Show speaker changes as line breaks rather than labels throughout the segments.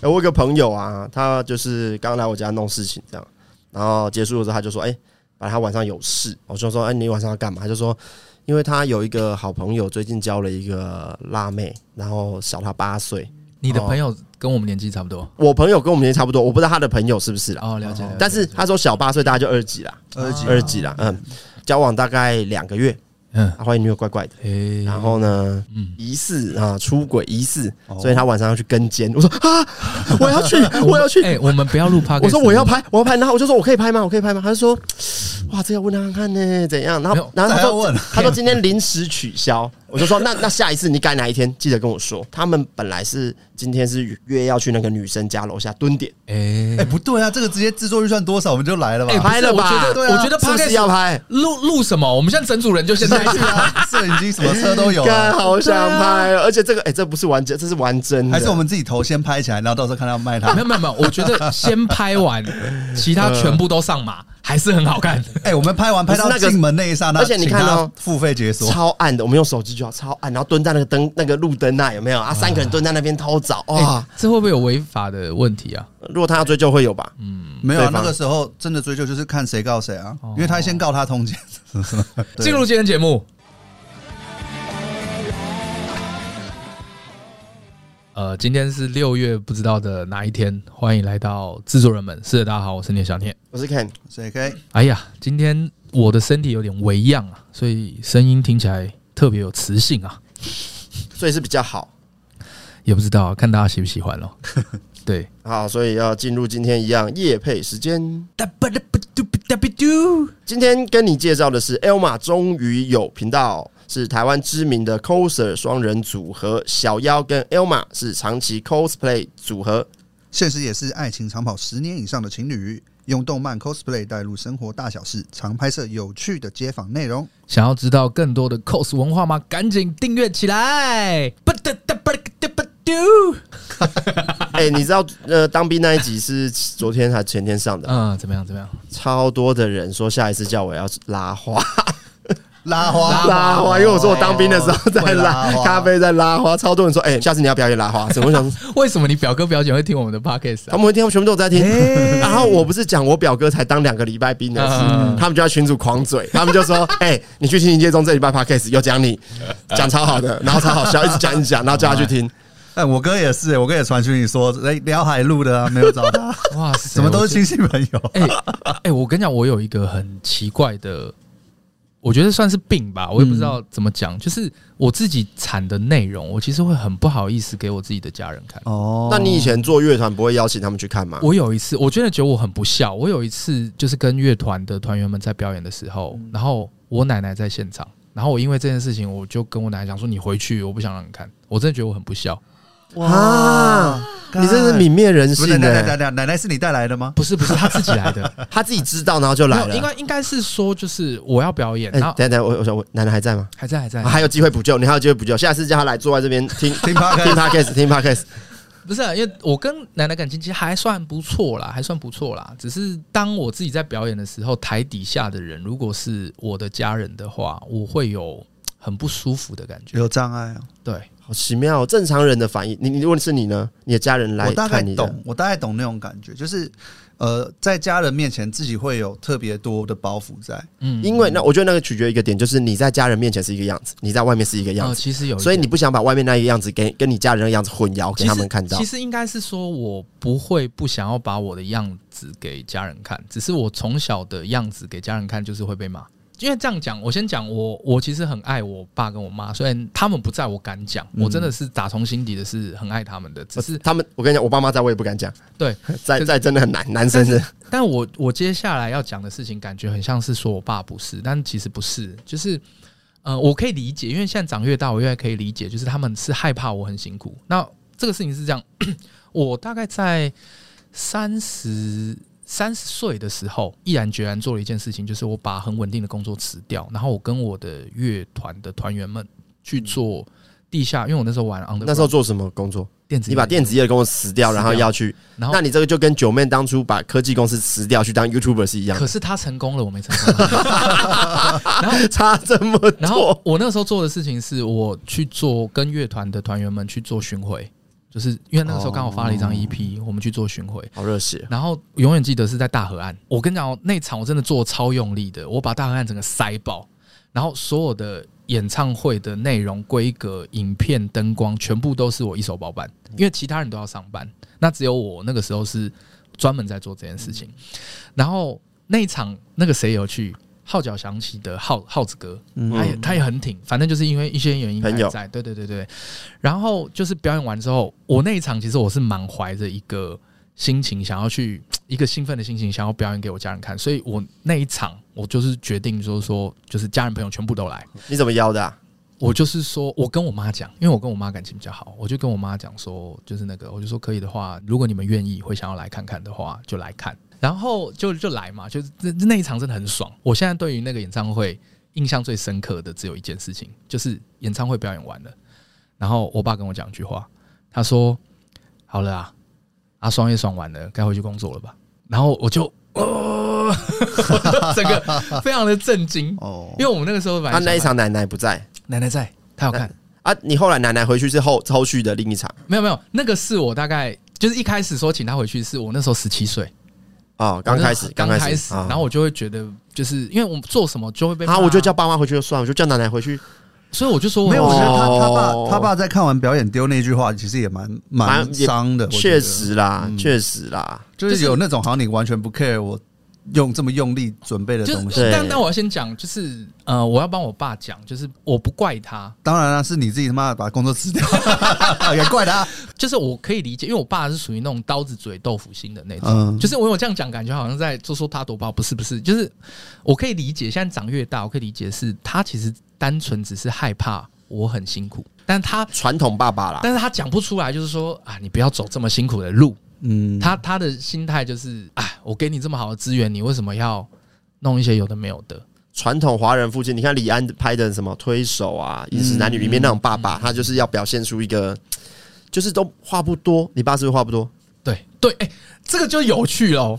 哎、我有个朋友啊，他就是刚来我家弄事情这样，然后结束了之后他就说：“哎、反正他晚上有事。”我就说：“哎、你晚上要干嘛？”他就说：“因为他有一个好朋友最近交了一个辣妹，然后小他八岁。
你的朋
哦
友跟我们年纪差不多
我朋友跟我们年纪差不多，我不知道他的朋友是不是啦，
哦，了解。了解
但是他说小八岁，大概就二级啦，
二级
二级啦，嗯，交往大概两个月，
嗯，
他发现女友怪怪的，
哎，
然后呢，疑似啊出轨疑似，
哦
所以他晚上要去跟监。我说啊， 我要去， 我要去，
哎，我们不要录 p o
我说我要，拍，我要拍，然后我就说我可以拍吗？我可以拍吗？他就说，哇，这要问他看呢，怎样？然
没
后
有
然后他
再要
说
问
他说今天临时取消，我就说那那下一次你改哪一天记得跟我说。他们本来是今天是约要去那个女生家楼下蹲点，
哎
哎、，不对啊，这个直接制作预算多少我们就来了吧？
哎不
拍
是
了
我
吧？
觉得
对啊
我觉得 p
是
o
不
d
是要拍？
录录什么？我们现在整组人就现在
是啊， 摄影机什么车都有
干，
啊，
好想拍哦，而且这个哎、这不是完整，这是完真的，
还是我们自己头先拍起来，然后到时候看他卖它
没。有没有没有，我觉得先拍完，其他全部都上马，还是很好看。
哎、我们拍完拍到
不是那个
进门那一刹那，
而且你看哦
请他付费解锁，
超暗的，我们用手机就好，超暗，然后蹲在那个灯那个路灯那有没有啊？三个人蹲在那边偷找哇
哎，，这会不会有违法的问题啊？
如果他要追究会有吧？
没有、
对
啊、
方
那个时候真的追究就是看谁告谁啊，因为他先告他通奸。对
进入今天节目。呃，今天是六月不知道的哪一天，欢迎来到制作人们。是的，大家好，我是聂小念。
我是 Ken，
谁可以？
哎呀，今天我的身体有点微恙啊，所以声音听起来特别有磁性啊，
所以是比较好。
也不知道、啊、看大家喜不喜欢咯。对，
好，所以要进入今天一样夜配时间。今天跟你介绍的是 Elma 终于有频道，是台湾知名的 coser 双人组合，小妖跟 Elma 是长期 cosplay 组 合。
现实也是爱情长跑十年以上的情侣，用动漫 cosplay 带入生活大小事，常拍摄有趣的街访内容。
想要知道更多的 cos 文化吗？赶紧订阅起来！
哎、你知道呃当兵那一集是昨天还前天上的，
嗯，怎么样？怎么样？
超多的人说下一次叫我要拉花。
拉花，
拉花，因为我说我当兵的时候在
会
拉
拉花
咖啡，在拉花，超多人说，哎、下次你要表演拉花，怎么我想说
为什么你表哥表姐会听我们的 podcast
他
啊？
们会听，他们全部都有在听。 然后我不是讲我表哥才当两个礼拜兵的事，
嗯
他们就在群主狂嘴，他们就说， 哎、你去听一届中这礼拜 podcast 有讲 你，讲超好的，然后超好笑，一直讲一直讲，然后叫他去听。
哎，我哥也是，我哥也传讯息说，哎，聊海陆的啊，没有找他，
哇塞，
怎么都是
我
亲戚朋友。
觉得？ 哎、哎，我跟你讲，我有一个很奇怪的，我觉得算是病吧，我也
嗯
不知道怎么讲，就是我自己产的内容，我其实会很不好意思给我自己的家人看。
哦
那你以前做乐团不会邀请他们去看吗？
我有一次，我真的觉得我很不孝。我有一次就是跟乐团的团员们在表演的时候，
嗯
然后我奶奶在现场，然后我因为这件事情，我就跟我奶奶讲说：“你回去，我不想让你看。”我真的觉得我很不孝。
啊，你真是泯灭人
不
性的、
是奶奶奶奶奶奶是你带来的吗？
不是不是，他自己来 的，
他自己知道，然后就
没
来
有，
了。
应该应该是说就是我要表演，
哎、
然后
等一下等一下，我我想问，奶奶还在吗？
还在还在
啊，还有机会补救，你还有机会补救，下次叫他来坐在这边听 听
听 podcast
podcast，听 podcast。
不是啊、因为我跟奶奶感情其实还算不错啦，还算不错啦。只是当我自己在表演的时候，台底下的人如果是我的家人的话，我会有很不舒服的感觉。
有障碍啊，
对，
好奇妙、哦，正常人的反应。你你如果是你呢？你的家人来
我大概
看你的，
懂，我大概懂那种感觉，就是呃，在家人面前自己会有特别多的包袱在，
嗯，
因为那我觉得那个取决一个点，就是你在家人面前是一个样子，你在外面是一个样
呃，
子，
其实有一点，
所以你不想把外面那个样子跟跟你家人的样子混淆给他们看到
其。实应该是说，我不会不想要把我的样子给家人看，只是我从小的样子给家人看，就是会被骂。因为这样讲，我先讲我，我其实很爱我爸跟我妈，虽然他们不在我敢讲，
嗯
我真的是打从心底的是很爱他们的，只是
他们，我跟你讲，我爸妈在我也不敢 讲，
对，
在
可是
在真的很 难，男生是
但我我接下来要讲的事情，感觉很像是说我爸不是，但其实不是，就是呃，我可以理解，因为现在长越大，我越可以理解，就是他们是害怕我很辛苦。那这个事情是这样，我大概在三十三十岁的时候，毅然决然做了一件事情，就是我把很稳定的工作辞掉，然后我跟我的乐团的团员们去做地下，因为我那时候玩 on
那时候做什么工作？
电子，
你把电子，业的工作辞掉，
辞掉
然后要去，
然后
那你这个就跟九妹当初把科技公司辞掉去当 YouTuber 是一样
可
的，
是他成功了，我没成功。然后
差这么 多。
然后我那时候做的事情是我去做跟乐团的团员们去做巡回，就是因为那个时候刚好发了一张 EP，、我们去做巡回。
好热血，哦
然后永远记得是在大河岸。我跟你讲哦，那场我真的做得超用力的，我把大河岸整个塞爆，然后所有的演唱会的内容、规格、影片、灯光，全部都是我一手包办，因为其他人都要上班，那只有我那个时候是专门在做这件事情。然后那一场那个谁有去？号角响起的浩浩子哥，他也他也很挺，反正就是因为一些原
嗯
因
朋友
还在，对对对对。然后就是表演完之后，我那一场其实我是满怀着一个心情，想要去一个兴奋的心情，想要表演给我家人看，所以我那一场我就是决定说说，就是家人朋友全部都来。
你怎么邀的啊？
我就是说，我跟我妈讲，因为我跟我妈感情比较好，我就跟我妈讲说，就是那个，我就说可以的话，如果你们愿意，会想要来看看的话，就来看。然后就就来嘛，就是那那一场真的很爽。我现在对于那个演唱会印象最深刻的只有一件事情，就是演唱会表演完了，然后我爸跟我讲一句话，他说：“好了啊，阿双也爽完了，该回去工作了吧。”然后我就。 哦，整个非常的震惊，
哦
因为我们那个时候反
啊，
正
那一场奶奶不在
奶奶在，她要看。
啊，你后来奶奶回去是后后续的另一场
没有没有，那个是我大概就是一开始说请她回去，是我那时候十七岁，
哦，刚开始，
刚
刚
开
始，啊
然后我就会觉得，就是因为我做什么就会被骂
啊，我就叫，爸妈回去就算，了，我就叫奶奶回去，
所以我就说我
没有，我觉得他他
哦
爸他爸在看完表演丢那句话，其实也蛮蛮
蛮也
伤的。我觉
确
得，嗯
实啦，确实啦，
就是有那种好像你完全不 care 我用这么用力准备的东
就
西。
对
是，但但我要先讲，就是呃，我要帮我爸讲，就是我不怪他，
当然啦，是你自己他妈把工作 辞掉，也怪他。
就是我可以理解，因为我爸是属于那种刀子嘴豆腐心的那种。
嗯，
就是我有这样讲，感觉好像在说说他多包，不是不是，就是我可以理解，现在长越大，我可以理解是他其实单纯只是害怕我很辛苦，但他
传统爸爸啦，
但是他讲不出来，就是说啊，你不要走这么辛苦的路。
嗯，
他他的心态就是，哎，我给你这么好的资源，你为什么要弄一些有的没有的？
传统华人父亲，你看李安拍的什么《推手》啊，《
嗯
饮食男女》里面那种爸爸，他就是要表现出一个，就是都话不多。你爸是不是话不多？
对对，哎、这个就有趣喽。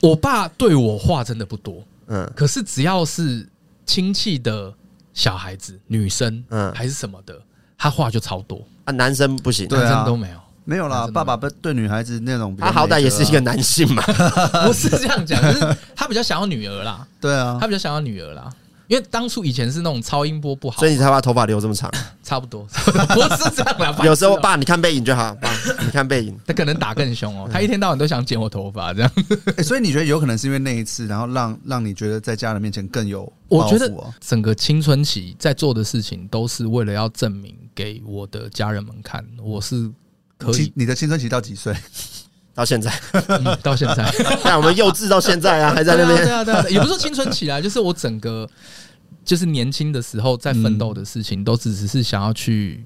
我爸对我话真的不多，
嗯，
可是只要是亲戚的小孩子、女生，
嗯
嗯，还是什么的，他话就超多，
啊，男生不行，
对啊
男生都 没有。
没有啦，
真的
爸爸不对女孩子那种比较
他
没辙啊，
好歹也是一个男性 嘛。
不是这样讲，就是他比较想要女儿啦，
对啊
他，比较想要女儿啦。因为当初以前是那种超音波不好
所，以你才把头发留这 么长。
差不多，不是这样啦。白痴哦
有时候，爸，你看背影就好。爸，你看背影，
他可能打更 凶哦，他一天到晚都想剪我头发这样。
诶所以你觉得有可能是因为那一次，然后让让你觉得在家人面前更有
我觉
包袱
得
哦
整个青春期在做的事情，都是为了要证明给我的家人们看，我是可
青
以、
你的青春期到几岁？
到现在，
嗯、到现在
看我们幼稚到现在啊，还 在那
对
边。
啊对啊对啊对啊，也不是说青春期啦，就是我整个就是年轻的时候在奋斗的事情，都只只是想要去，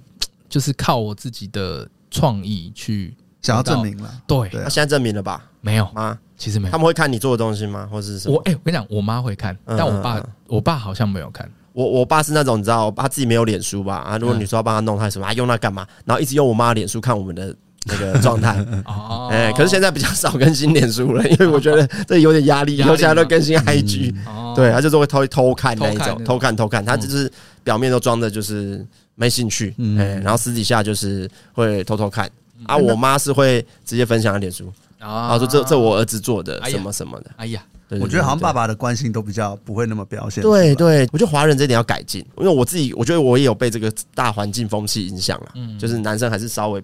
就是靠我自己的创意去
想要
得到
证明了，
对，
对
那
啊，
现在证明了吧？
没有，
妈，
其实没
他
有。
们会看你做的东西吗？或者是什
我
么？
哎、我跟你讲，我妈会看，
嗯
但我
嗯
爸
嗯
我爸好像没有看。
我我爸是那种你知道，他自己没有脸书吧？啊，如
嗯
果你说要帮他弄，他还什么？啊，用那干嘛？然后一直用我妈的脸书看我们的那个状态。
哦
哎、可是现在比较少更新脸书了，因为我觉 得这有点压力，以
压力
后现在都
嘛
更新 IG，、
哦
对，啊他就是会偷偷看那一
偷看那嗯
种，
种
偷看偷看，他就是表面都装的就是没兴趣，哎、
嗯
然后私底下就是会偷偷看。
嗯
啊，我妈是会直接分享她脸书，然
哎啊
后说这这我儿子做的
哎呀
什么什么的，
哎呀，
对
我觉得好像爸
爸。
爸的关心都比较不会那么表现。
对对，我觉得华人这一点要改进，因为我自己，我觉得我也有被这个大环境风气影响了，啊
嗯
就是男生还是稍微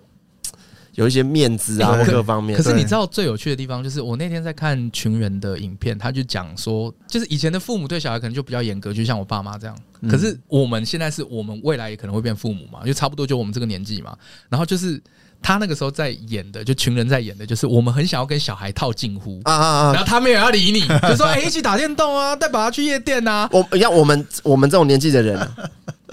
有一些面子啊，
哎
或
可
各方面
可。是你
对
知道最有趣的地方，就是我那天在看群人的影片，他就讲说，就是以前的父母对小孩可能就比较严格，就像我爸妈这样。可是我们现在是我们未来也可能会变父母嘛，就差不多就我们这个年纪嘛。然后就是他那个时候在演的，就群人在演的，就是我们很想要跟小孩套近乎，
啊啊啊！
然后他们也要理你，就说哎、一起打电动啊，带爸爸去夜店啊。
我你看我们我们这种年纪的人啊，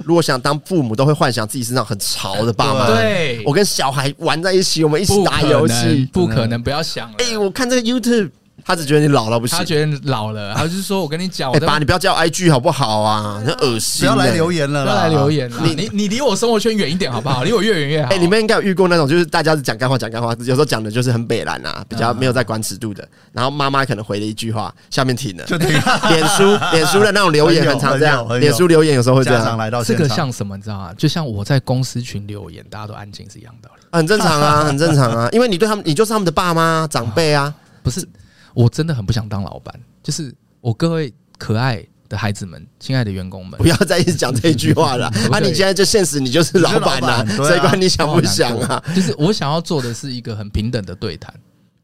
如果想当父母，都会幻想自己是那种很潮的爸妈。
对，
我跟小孩玩在一起，我们一起
不
打
可
游
能
戏。
不可能，不要想了。
哎、我看这个 YouTube，他只觉得你老了不行
他。觉得老了，他就是说我跟你讲，
哎、
我在
爸，你不要叫 IG 好不好啊？很恶
不
心、
要来留
言。
言 了，
不要来留。言了。
你
你你你离我生活圈远一点好不好？离我越远越好。
哎、你们应该有遇过那种，就是大家是讲干话讲干话，有时候讲的就是很北蓝
嗯
啊，比较没有在管尺度的。然后妈妈可能回了一句话，下面 停了。
就等于
脸书脸书的那种留言
很有
很常这样
很有，很有
脸书留言有时候会这
家长
样，
来到
这
现
个
场，
像什么？你知道吗？就像我在公司群留言，大家都安静是一样的道理。
很正常 啊，很正常啊，因为你对他们，你就是他们的爸妈长辈啊。
不是，我真的很不想当老板。就是我各位可爱的孩子们，亲爱的员工们
不，要再一直讲这一句话 了
对
啊！你现在就现实，你就是老板啊，
你是老板对啊
谁管你想不想
我好
啊？
难过？就是我想要做的是一个很平等的对谈，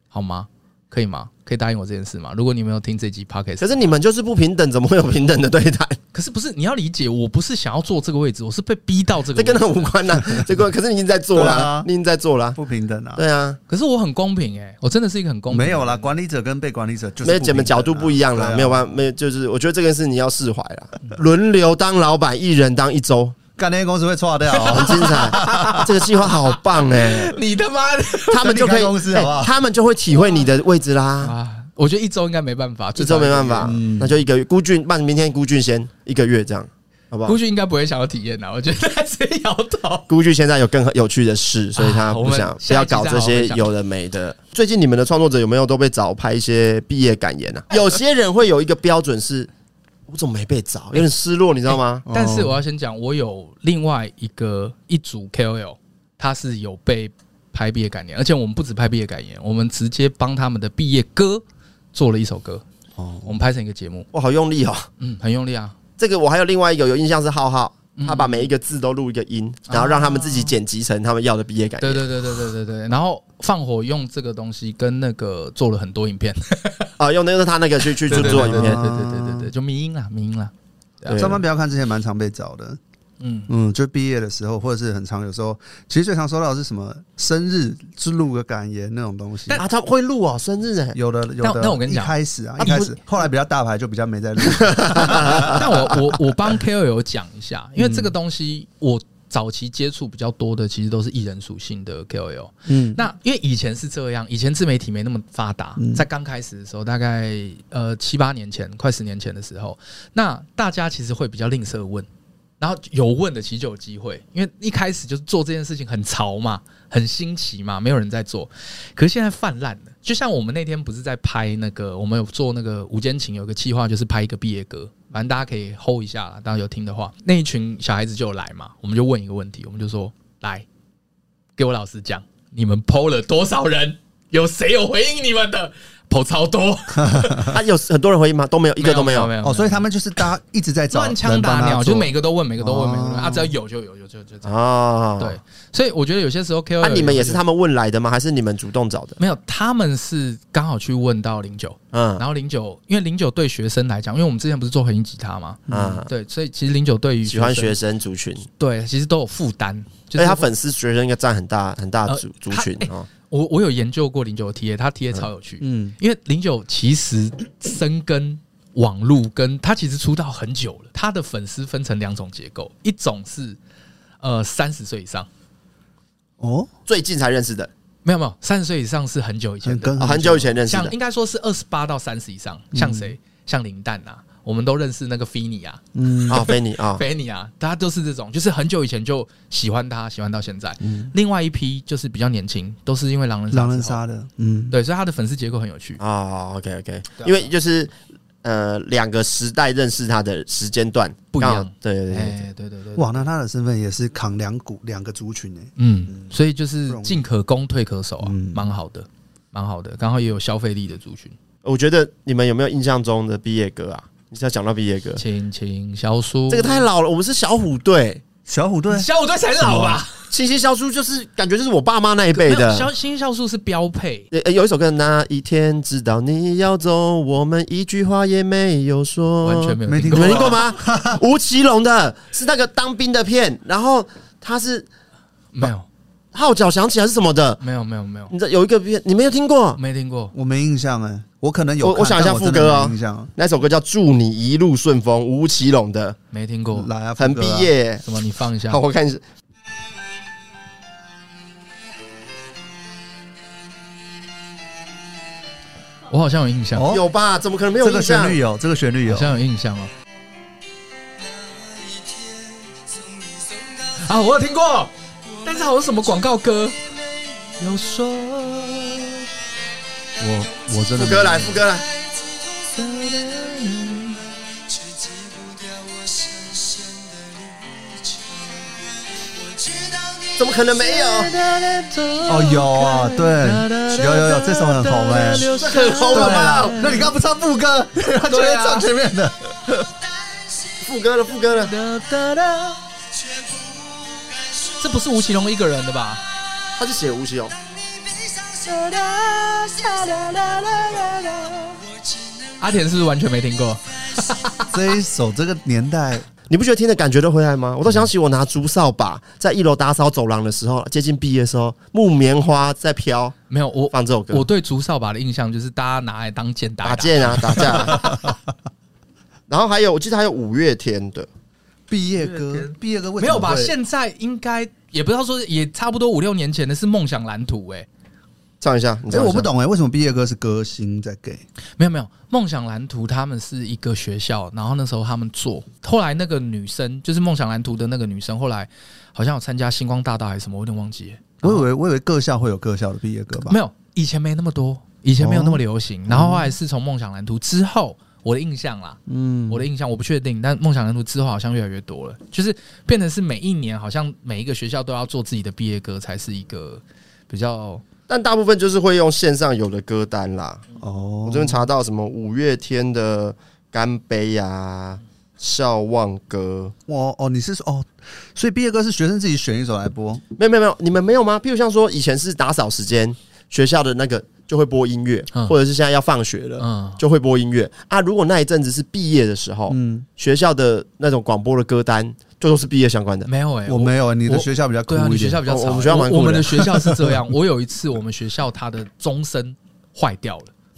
好吗？可以吗？可以答应我这件事吗？如果你没有听这集 podcast，
可是你们就是不平等，怎么会有平等的对待？
可是不是你要理解，我不是想要坐这个位置，我是被逼到这个
这
位置。
跟他无关呐、这个可是你已经在做了
对
啊
啊，
你已经在做了啊，
不平等啊。
对啊，
可是我很公平哎、我真的是一个很公平的
没
人。
有啦，管理者跟被管理者就是
没有
不
你们
平等啊
角度不一样啦，
对啊
没有办法，没有就是我觉得这件事你要释怀啦，轮流当老板，一人当一周，
干那些公司会错掉哦。
很精彩，这个计划好棒哎、
你 他妈的
他们就可以，
整理开公司好不 好
哎他们就会体会你的位置啦。
啊！我觉得一周应该没办法，
这周没办法，
嗯
那就一个月。孤俊，那明天孤俊先一个月这样，好不好
估？计应该不会想要体验啊啦，我觉得他直接摇 头。
孤俊现在有更有趣的事，所以他不想
啊
不要搞这些有的没的。最近你们的创作者有没有都被找拍一些毕业感言啊？有些人会有一个标准是，我怎么没被找？有点失落，你知道吗？
哦
但是我要先讲，我有另外一个一组 KOL，他是有被拍毕业感言，而且我们不止拍毕业感言，我们直接帮他们的毕业歌做了一首歌，
哦
我们拍成一个节目，
哇，好用力哦！
嗯，很用力啊。
这个我还有另外一个有印象是浩浩，
嗯
他把每一个字都录一个音，然后让他们自己剪辑成他们要的毕业感
对
言。
对对对对对对，然后放火用这个东西跟那个做了很多影片，
啊，用的用他那个去去
对
制
对
作
对
影
对
片。
对对对对对，就迷音啦，迷音啦，
对
上班不要看之前蛮常被找的，
嗯，
嗯，就毕业的时候或者是很常有时候，其实最常收到的是什么生日是录个感言那种东西。
啊，他会录哦，生日哎，
有的有的，
但我跟你讲
一开始啊，
啊
一开
不
始，后来比较大牌就比较 没在录。
但我我我帮 KOL 讲一下，因为这个东西我早期接触比较多的，其实都是艺人属性的 KOL。
嗯，
那因为以前是这样，以前自媒体没那么发达，
嗯
在刚开始的时候，大概呃七八年前，快十年前的时候，那大家其实会比较吝啬问，然后有问的其实就有机会，因为一开始就是做这件事情很潮嘛，很新奇嘛，没有人在做，可是现在泛滥了。就像我们那天不是在拍那个，我们有做那个《无间情》，有一个计划就是拍一个毕业歌，反正大家可以 hold 一下啦。大家有听的话，那一群小孩子就有来嘛，我们就问一个问题，我们就说来，给我老实讲，你们 PO 了多少人？有谁有回应你们的？PO 超多，
啊，有很多人回应吗？都没有，一个都没有。
嗯没有
哦，所以他们就是大家一直在找
乱枪
人帮
打
他
鸟，
做
就每个都问，每个都问，
哦
每个都问啊，只要有就有，有就就这样。
哦，
对，，所以我觉得有些时候 KOL，
啊那、你们也是他们问来的吗？还是你们主动找的？
没有，他们是刚好去问到零九，
嗯
然后零九，因为零九对学生来讲，因为我们之前不是做合音吉他嘛，
嗯，
对，所以其实零九对于
喜欢
生
学生族群，
对，其实都有负担，就
所以
是
他
会
粉丝学生应该占很大很大的
呃
族族
他
群
哎
哦。
我我有研究过零九的 TA，他 TA 超有趣，
嗯，
因为零九其实深耕网路，跟他其实出道很久了，他的粉丝分成两种结构，一种是呃三十岁以上，
哦，
最近才认识的，
没有没有，三十岁以上是很久以前
很
的，啊
跟
哦很久以前认识
嗯像
的嗯
应该说是二十八到三十以上，像谁？像林丹啊，我们都认识那个菲尼啊，
嗯，
啊，菲尼啊，
菲尼啊，大家都是这种，就是很久以前就喜欢他，喜欢到现在。
嗯
另外一批就是比较年轻，都是因为狼人杀之后
狼人杀的，嗯，
对，所以他的粉丝结构很有趣。
啊，OK OK，
对啊
因为就是呃两个时代认识他的时间段
不一样
刚好对对对对，
哎，对对对，
哇，那他的身份也是扛两股两个族群呢。欸
嗯，所以就是
不容易
进可攻退可守啊
嗯，
蛮好的，蛮好的，刚好也有消费力的族群，
我觉得你们有没有印象中的毕业歌啊？你是要讲到毕业歌，
青青小苏，
这个太老了，我们是小虎队，
小虎队
小虎队才老吧？
清新小叔就是感觉就是我爸妈那一
没
辈
有
的，
小新小苏是标配，
呃，呃有一首歌，那一天知道你要走，我们一句话也没有说，
完全没有
哦没
听
听
你
过
过。
们听过吗？ 吴奇隆的是那个当兵的片，然后他是
没有
号角响起还是什么的？
没有没有没有
你知道有一个片你没有听过？
没听过，
我没印象哎，我可能有
我
看
我想一下
但我真的
副歌啊
没印象
那首歌叫《祝你一路顺风》，吴奇隆的，
没听过。
来啊，
很
副
毕
歌啊，
业。
什么？你放一下
好，。我看一下。
我好像有印象，好
哦，
有吧？怎么可能没有
这
印
个
象
旋？律有，这个旋律有，
像有印象哦。啊，我有听过，但是好像是什么广告歌？有说
哦我我真的
副
没
歌来，副歌来。怎么可能没有？
哦有啊，对，有有有，这首很红哎、
这很红
对
了
啊啦
吧？，
那你刚不唱副歌，他居
对
然
啊
唱前面的，
副歌了，副歌了。
这不是吴奇隆一个人的吧？
他就写吴奇隆，
阿田是不是完全没听过？
这一首这个年代，
你不觉得听的感觉都回来吗？我都想起我拿竹扫把在一楼打扫走廊的时候，接近毕业的时候，木棉花在飘，
没有，我
放这首歌
我，对竹扫把的印象就是大家拿来当剑打
打
打。
剑啊，打架啊。然后还有，我记得还有五月天的，
毕业歌，毕业歌为什
没
么
有吧？
会
现在应该也不知道说，也差不多五六年前的是梦想蓝图哎、
唱一下。你
这
唱一下
我不。懂哎、为什么毕业歌是歌星在给？
没有没有，梦想蓝图他们是一个学校，然后那时候他们做，后来那个女生就是梦想蓝图的那个女生，后来好像有参加星光大道还是什么，我有点忘记了。
我以为我以为各校会有各校的毕业歌吧？哦
没
有，
有，以前没那么多，以前没有那么流行。然后后来是从梦想蓝图之后，我的印象啦，
嗯
我的印象我不确定，但梦想蓝图之后好像越来越多了，就是变成是每一年好像每一个学校都要做自己的毕业歌，才是一个比较
但大部分就是会用线上有的歌单啦。
哦，
我这边查到什么五月天的《干杯》啊，《笑忘歌
我哦，你是说哦，所以毕业歌是学生自己选一首来播，》。
没有没有没有，你们没有吗？譬如像说以前是打扫时间，学校的那个就会播音乐，
嗯
或者是现在要放学了。
呃
嗯
就会播音乐啊！如果那一阵子是毕业的时候，
嗯，
学校的那种广播的歌单，就都是毕业相关的。
没有哎、欸，
我没有，你的学校比较酷
对啊，你
一
学
点，
校比较
哦
吵、
我们学校蛮酷的
我们的学校是这样，我有一次我们学校它的钟声坏掉了。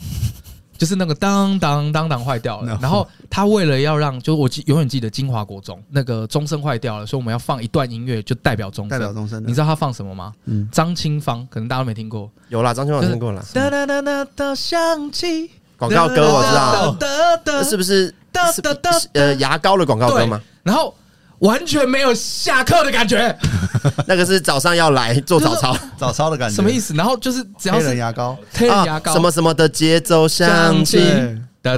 就是那个当当当当坏掉了
No，
然后他为了要让，就我记永远记得金华国中那个钟声坏掉了，所以我们要放一段音乐就代表钟
代表
声。
终身的，
你知道他放什么吗？
嗯
张清芳，可能大家都没听过。
有啦，张清华听过啦，
哒哒哒哒哒响起，
广告歌我知道，
哒哒
那是不是
哒
是
哒哒
是呃牙膏的广告歌吗
对？，然后完全没有下课的感觉，
那个是早上要来做早操
早操的感觉，
什么意思？然后就是只要
黑人
是
牙膏，
黑人牙
啊，
膏
什么什么的节奏响起，
对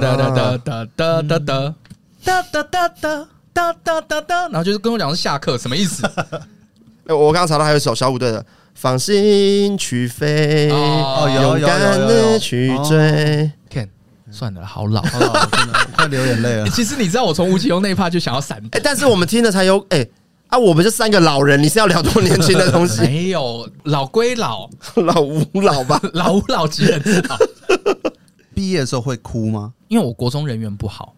哒哒哒哒哒哒哒哒哒哒哒哒哒哒哒哒，然后就是跟我讲是下课，什么意 思？
哎，我刚刚查到还有一首小虎队的《放心去飞》，
哦，有有
勇
有
敢
有有
的
有
去
哦
追。
看，算了，好 老。。
好了，我哦真的 快流眼泪了
欸 其实你知道，我从吴奇隆那一趴就想要闪
哎，但是我们听了才有哎啊，我们这三个老人，你是要聊多年轻的东 西？
没有，老归老，
老吴老吧，
老吾老及人之老。
毕业的时候会哭吗？
因为我国中人缘不好，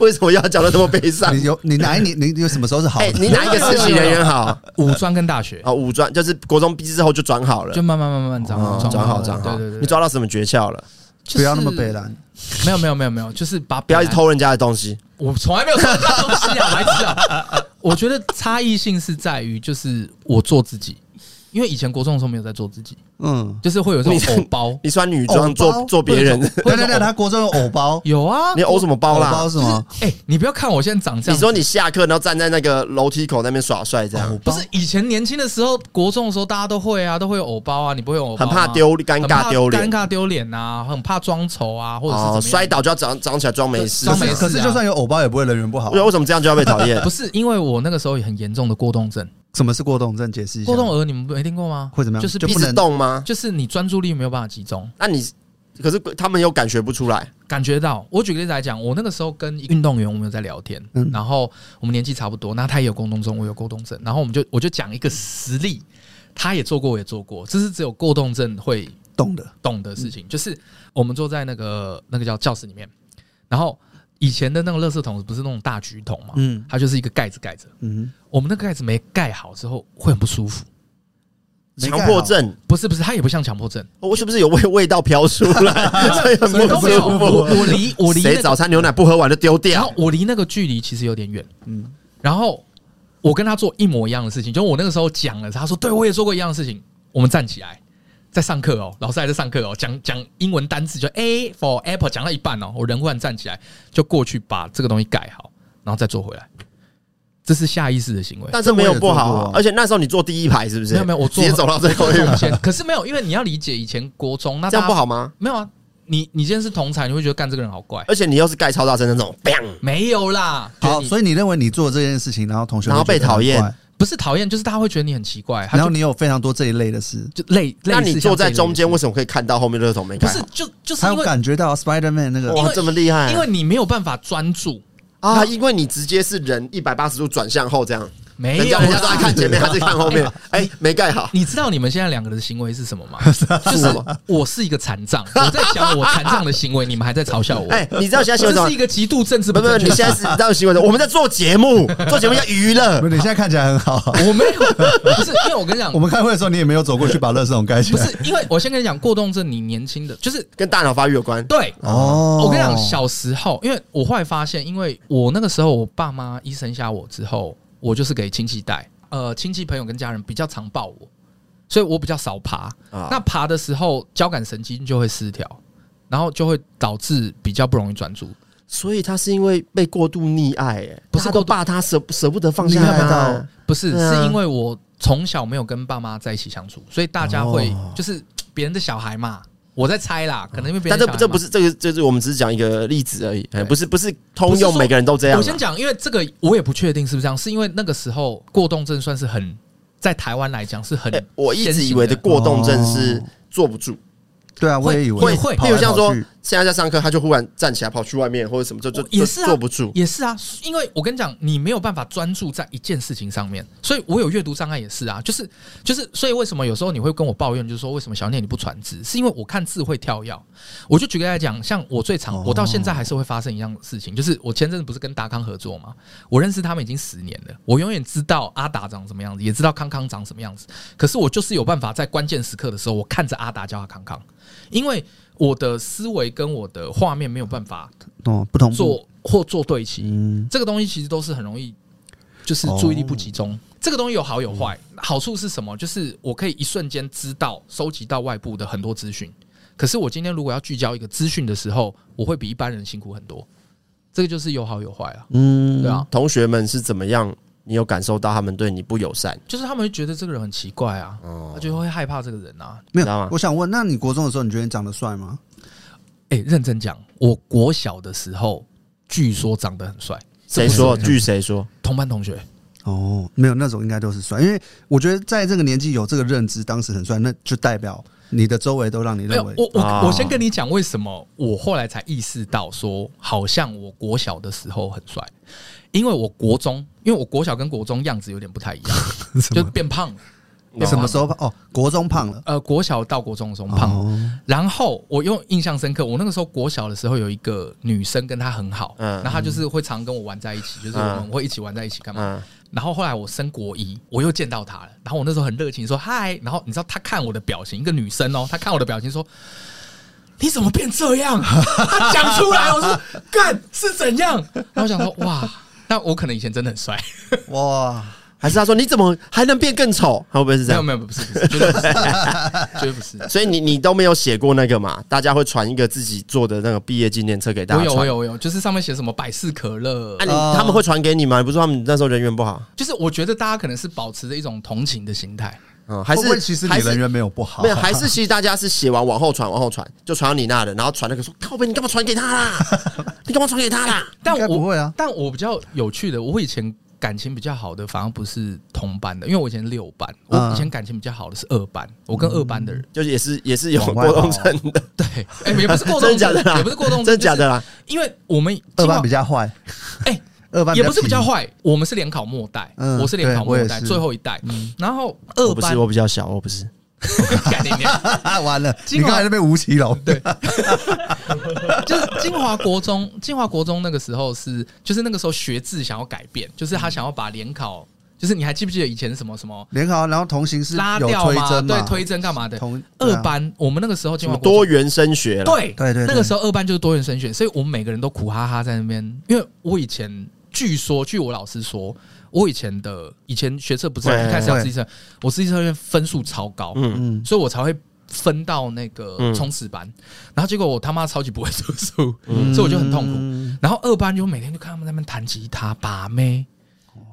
为什么要讲的这么悲伤
你？有你哪一年？你你有什么时候是好
哎，
的？
你哪一个实习人员好？
五专跟大学
啊，五专就是国中毕业之后就转好了
就，慢慢慢慢慢长
哦
好，
转好
长
转好
对对，对，
你抓到什么诀窍了？
就是
不要那么悲。蓝，
没有没有没有没有，就是把
不要
本
去
来
偷人家的东西。
我从来没有说这东西啊，白痴啊！我觉得差异性是在于，就是我做自己，因为以前国中的时候没有在做自己，
嗯。
就是会有这种偶包。
你穿女装
偶包
做做别人，
对对对，他国中有偶包，
有 啊，
你
就
偶什么包
偶
啦
包？是吗？
是哎、你不要看我现在长这
你
样，
说你下课然后站在那个楼梯口那边耍帅这样，
不是以前年轻的时候，国中的时候大家都会啊，都会有偶包啊，你不会有偶包
很
吗
怕丢尴
很
尬
怕
丢脸
尴。尬丢脸啊，很怕装丑啊，或者是怎么
哦，
样
摔倒就要长长起来装没事。
装
可
没
是
事啊
可是就算有偶包，也不会人缘不好啊
不。知道为什么这样就要被讨厌
不？是因为我那个时候有很严重的过动症，
什么是过动症？解释一下。
过动儿你们没听过吗？
会怎么样
就是
就
闭
一
不
着
能
直动吗？
就是你专注力没有办法集中，
那你可是他们又感觉不出来，
感觉到。我举个例子来讲，我那个时候跟一个运动员我们有在聊天，
嗯
然后我们年纪差不多，那他也有过动症，我有过动症，然后我们就我就讲一个实例，他也做过，我也做过，这是只有过动症会
动的，
懂的事
嗯
情，就是我们坐在那个那个叫教室里面，然后以前的那个垃圾桶不是那种大橘桶嘛，
嗯
它就是一个盖子盖着，
嗯，
我们那个盖子没盖好之后会很不舒服，
没
强
盖
迫
好
症，哦
不是不是，他也不像强迫症，
我是不是有味味道飘出来？ 所以很
都
不
没有。
舒
我
服。
我离我离那
谁
个
早餐牛奶不喝完就丢
然
掉
后？我离那个距离其实有点远，
嗯，
然后我跟他做一模一样的事情，就我那个时候讲了，他说对我也做过一样的事情，我们站起来。在上课哦，老师还在上课哦，讲讲英文单词就 A for apple 讲到一半哦，我人忽然站起来就过去把这个东西改好，然后再做回来，这是下意识的行为。
但是没有不好
这我也
啊
做，过
而且那时候你坐第一排是不是？
没有没有，我做
直接走到最后一
我做
排
中，间可是没有，因为你要理解以前国中那
这样
大家
不，好吗？
没有啊，你你今天是同才，你会觉得干这个人好怪，
而且你又是盖超大声那种，bang，
没有啦，
呃好，
就是你
所以你认为你做这件事情，然后同学会
然后被
觉得很
讨厌
怪
不是讨厌，就是大家会觉得你很奇怪，他
然
就
后你有非常多这一类的事，
就类类似
那你坐在中间，为
为
什么可以看到后面垃圾桶没
不
盖
是
好？
就就是
他
因
有
为
感觉到 Spider Man 那个
因
哇，
为
这么厉害！
因为你没有办法专注，
啊，因为你直接是人一百八十度转向后这样，
没
人
有啊
家
啦
人家都在看前面，他在看后
啊
面，哎，没盖好，
你知道你们现在两个人的行为是什 么吗？就是
什么
我是一个残障，我在讲我残障的行为，你们还在嘲笑我。
哎，你知道现在新闻什
这
么
啊是一？个极度政治
不
不
不，
正
你
确
现在是这样行为的。我们在做节 目，做节目要娱乐
不，是，你现在看起来很好。
我没有，不是因为我跟你讲
我，们开会的时候，你也没有走过去把垃圾桶盖起
不
来。
是因为我先跟你讲，过动症你年轻的就是
跟大脑发育有关。
对。
哦
我跟你讲，小时候，因为我后来发现，因为我那个时候我爸妈一生下我之后，我就是给亲戚带，呃，亲戚朋友跟家人比较常抱我，所以我比较少爬。
啊
那爬的时候，交感神经就会失调，然后就会导致比较不容易专注。
所以他是因为被过度溺爱、欸，
不是
大家都
过度
爸他舍舍不得放下
溺爱
他
到
不是，
对啊
是因为我从小没有跟爸妈在一起相处，所以大家会、
哦
就是别人的小孩嘛，我在猜啦，可能因为别
但
人
这
的
不
小孩
这不是这
嘛
个，就是我们只是讲一个例子而已，哎
对
不是不是
不
通
是说
用每个人都这样
我
啊。
先讲，因为这个我也不确定是不是这样，是因为那个时候过动症算是很在台湾来讲是很、
哎我一直以为的过动症
哦
是坐不住，
对啊，我也以
会
为跑来
会
跑
譬
去
如像说现在在上课，他就忽然站起来跑去外面或者什么，就就
我也是啊
就坐不住。
也是啊，因为我跟你讲，你没有办法专注在一件事情上面，所以我有阅读障碍也是啊，就是就是，所以为什么有时候你会跟我抱怨，就是说为什么小念你不传字，是因为我看字会跳跃。我就举个例来讲，像我最
哦
常，我到现在还是会发生一样的事情，就是我前阵子不是跟达康合作嘛，我认识他们已经十年了，我永远知道阿达长什么样子，也知道康康长什么样子，可是我就是有办法在关键时刻的时候，我看着阿达叫他康康，因为我的思维跟我的画面没有办法
哦，不同步
做或做对齐，
嗯，哦
这个东西其实都是很容易，就是注意力不集中。这个东西有好有坏，好处是什么？就是我可以一瞬间知道、收集到外部的很多资讯。可是我今天如果要聚焦一个资讯的时候，我会比一般人辛苦很多。这个就是有好有坏啊，
嗯
对啊，
同学们是怎么样？你有感受到他们对你不友善？
就是他们会觉得这个人很奇怪啊，他就会害怕这个人啊。
没
知道吗
有。我想问，那你国中的时候，你觉得你长得帅吗？
哎、认真讲，我国小的时候，据说长得很帅，
谁
这不是
说？
真的
据谁说？
同班同学？
哦，没有，那种应该都是帅，因为我觉得在这个年纪有这个认知，当时很帅，那就代表你的周围都让你
没
认
有
为，
我
啊
我我先跟你讲为什么我后来才意识到说，好像我国小的时候很帅，因为我国中，因为我国小跟国中样子有点不太一 样，就变胖了。变
什
胖
么
了
时候胖哦，国中胖了，
呃，国小到国中的时候胖了，
哦
然后我又印象深刻，我那个时候国小的时候有一个女生跟她很好，
嗯
然后她就是会常跟我玩在一起，就是我们会一起玩在一起干嘛？
嗯，
然后后来我升国一，我又见到她了。然后我那时候很热情说嗨，然后你知道她看我的表情，一个女生哦，她看我的表情说。你怎么变这样？ 她讲出来，我说干是怎样？然后我想说哇，那我可能以前真的很帅，
哇，
还是他说你怎么还能变更丑？他会不会是这 样？
没有没有不是不是，绝对不是，绝对不是。
所以你你都没有写过那个嘛？大家会传一个自己做的那个毕业纪念册给大
我
家
有
传。
我有我有，就是上面写什么百事可乐
啊，，你
哦
他们会传给你吗？你不是说他们那时候人缘不好？
就是我觉得大家可能是保持着一种同情的心态，
嗯，还
会不会
是
其实你
还
人
是
缘没有不好，
没有？还是其实大家是写完往后传，往后传，就传到你那的，然后传那个说靠背，你干嘛传给他啦？你干嘛传给他啦？
但
应该
我
不会啊
但我比较有趣的，我以前感情比较好的反而不是同班的，因为我以前六班，
嗯
我以前感情比较好的是二班，我跟二班的人，
就是也是也是有
往
过
外
动症 的，
对，哎、也不是过
真的
动
假
症
的啦？
也不是过动症，
真的假的啦？
就是因为我们
二班比
较
较坏，
哎
二班
也不是比较
皮，
坏，我们是联考末代，
嗯
我是联考
对我也
末代
是
最后一代，然后
嗯我
二
不是，
班
我比较小，我不是。
干你娘
完了，你
金华
刚才那边吴奇隆，
对，就是金华国中，
嗯
金华国中那个时候是，就是那个时候学制想要改变，就是他想要把联考。就是你还记不记得以前什么什么
联考，然后同行是
拉
有
掉
推
嘛？
甄
对
嘛，，
推甄干嘛的？
同对
二
啊
班，我们那个时候
什
进
么
完国
多
中
元升学了，
对
对对对
那个时候二班就是多元升学，所以我们每个人都苦哈哈在那边。因为我以前据说，据我老师说，我以前的以前学测不是
对
一开始要自己测，我自己测因为分数超高，
嗯，
嗯，
所以我才会分到那个
嗯
冲刺班。然后结果我他妈超级不会读书，
嗯
所以我就很痛苦。
苦。
然后二班就每天就看他们在那边弹吉他、把妹，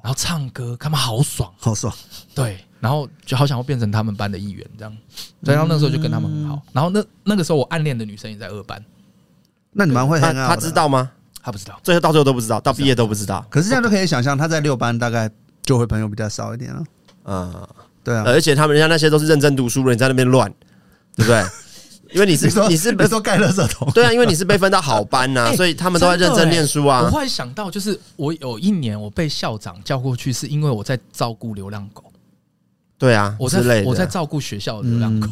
然后唱歌，看他们好爽，
好爽，
对，然后就好想要变成他们班的一员这样。所以然后那时候就跟他们很
嗯
好。然后那那个时候我暗恋的女生也在二班，
那你们会
他
很好，
他知。道吗？
她不知道，
最后到最后都不知道，到毕业都不知
啊
道，
可是这样就可以想象，他在六班大概就会朋友比较少一点了。
啊，
对啊，
而且他们人家那些都是认真读书的，你在那边乱，对不 对？因为你是
你说
你是
你说盖垃圾桶，
对啊，因为你是被分到好班呐，
哎
啊
欸
所以他们都在认真念书
我
啊
忽。然想到，就是我有一年我被校长叫过去，是因为我在照顾流浪狗，
对啊，
我
之
在
类
我在
的。
照顾学校的流浪狗，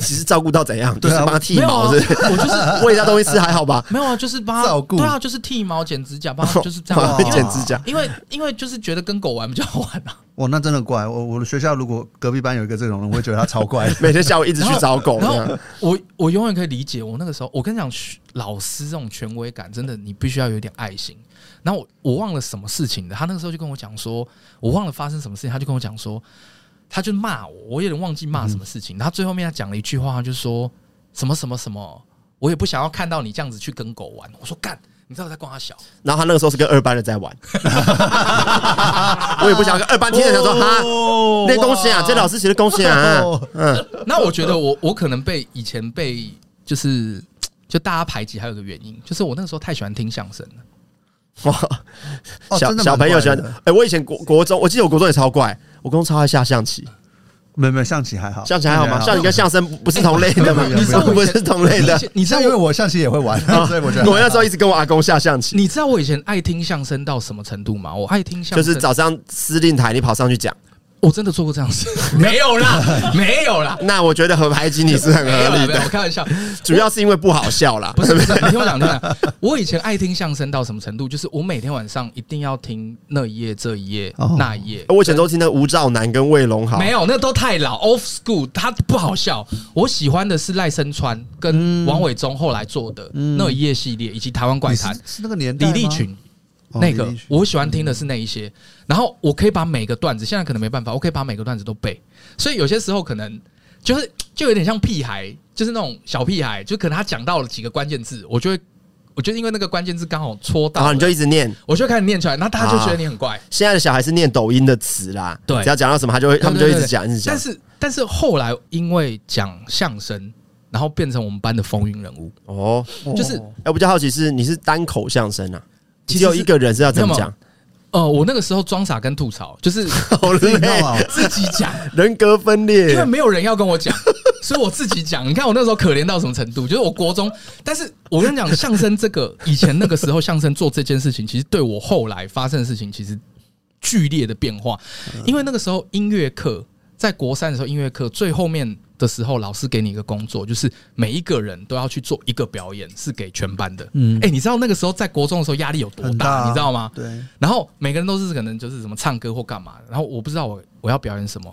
其实照顾到怎样，就
对
是
啊
帮他剃
没有啊，
毛，
我
是 不是？
就是。
喂一下东西吃还好吧？
没有啊，就是帮他
照顾
对啊，就是剃毛、剪指甲， 帮他就是 这样啊
剪
指甲，。
因为因为就是觉得跟狗玩比较好玩啊。
哇，那真的怪我。我的学校如果隔壁班有一个这种人，我会觉得他超怪的
每天下午一直去找
哦
狗，
然
这
啊
样
后我我永远可以理解，我那个时候，我跟你讲，学老师这种权威感，真的你必须要有一点爱心。然后我我忘了什么事情的，他那个时候就跟我讲说，我忘了发生什么事情，他就跟我讲说，他就骂我，我有点忘记骂什么事情。然后最后面他讲了一句话，他就说什么什么什么，我也不想要看到你这样子去跟狗玩。我说干，你知道我在逛他小，
然后他那个时候是跟二班的在玩， 我也不想跟二班听着想说哈，
哦
那恭喜啊，这老师写的恭喜啊，嗯，
那我觉得我我可能被以前被就是就大家排挤，还有一个原因就是我那个时候太喜欢听相声了。
哇，
哦
小
真的蛮
小朋友喜欢
怪的。
哎，我以前国国中，我记得我国中也超怪，我国中超爱下象棋，
没有没有，象棋还好，
象棋还好吗？象棋跟相声不不是同类的吗？
没有没有没有
不是同类的
以。前你
你
知
知
道
道，因为
我，
我象棋也会玩， 所以我觉得
哦我那时候一直跟我阿公下象棋，
你知道我以前爱听相声到什么程度吗？我爱听相
就
声，
是早上司令台你跑上去讲，
我真的做过这样的事，没有啦，没 有啦，
那我觉得很排挤你是很
没有
合
啦，
理
没有，我
的，
开玩笑，
主要是因为不好笑啦。
不是不是，你听我讲，听我讲，我以前爱听相声到什么程度？就是我每天晚上一定要听那一页、这一页、
哦
那一页。
我以前都听那个吴兆南跟魏龙豪，
没有，那都太老，old school，他不好笑。我喜欢的是赖声川
嗯
跟王伟忠后来做的那一页系列，以及台湾怪
你
谈
是、是那个年代
李
吗
立群，
哦
那
李
个
立群
我喜欢听的是那一些，然后我可以把每个段子，现在可能没办法，我可以把每个段子都背，所以有些时候可能就是就有点像屁孩，就是那种小屁孩，就可能他讲到了几个关键字，我就会，我就因为那个关键字刚好戳
然
到
后
了，
啊
你就一直念。
我就开始念出来，那大家就觉得你很怪，
现在的小孩是念抖音的词啦，
对
只要讲到什么，他就会， 他们就一直
对对对
讲，一直讲
但。是但是后来因为讲相声，然后变成我们班的风云人物，
哦，
就是
哎，我比较好奇是你是单口相声啊，
其实
只有一个人是要怎么
没有
讲？
呃，我那个时候装傻跟吐槽， 就是
好
自己
累，
弄啊，
自己讲。
人格分
因为
裂。
没有人要跟我讲， 所以我自己讲。你看我那时候可怜到什么程度？就是我国中，但是我跟你讲，相声这个以前那个时候相声做这件事情，其实对我后来发生的事情其实剧烈的变化。
嗯
因为那个时候音乐课在国三的时候，音乐课最后面的时候，老师给你一个工作，就是每一个人都要去做一个表演，是给全班的。嗯
嗯，
哎，你知道那个时候在国中的时候压力有多
很大
大？
啊
你知道吗？
对，
然后每个人都是可能就是什么唱歌或干嘛，然后我不知道我我要表演什么，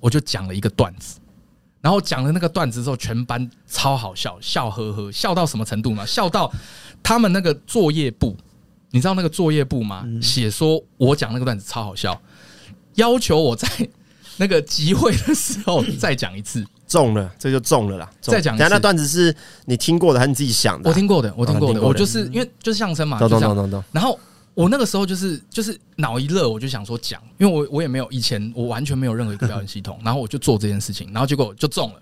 我就讲了一个段子，然后讲了那个段子之后，全班超好笑，笑呵呵，笑到什么程度
嗯
呢？笑到他们那个作业部，你知道那个作业部吗？
嗯
写说我讲那个段子超好笑，要求我在那个集会的时候
嗯
再讲一次。
中了，这就中了啦。中
再讲一次
等下那段子是你听过的，还是你自己想的啊？
我听过的，我听
哦
过
你听过
的，
的
我就是因为就是相声嘛，就
懂，
这
懂
样
懂。懂懂。
然后我那个时候就是就是脑一热，我就想说讲，因为我我也没有以前我完全没有任何一个表演系统，然后我就做这件事情，然后结果就中了，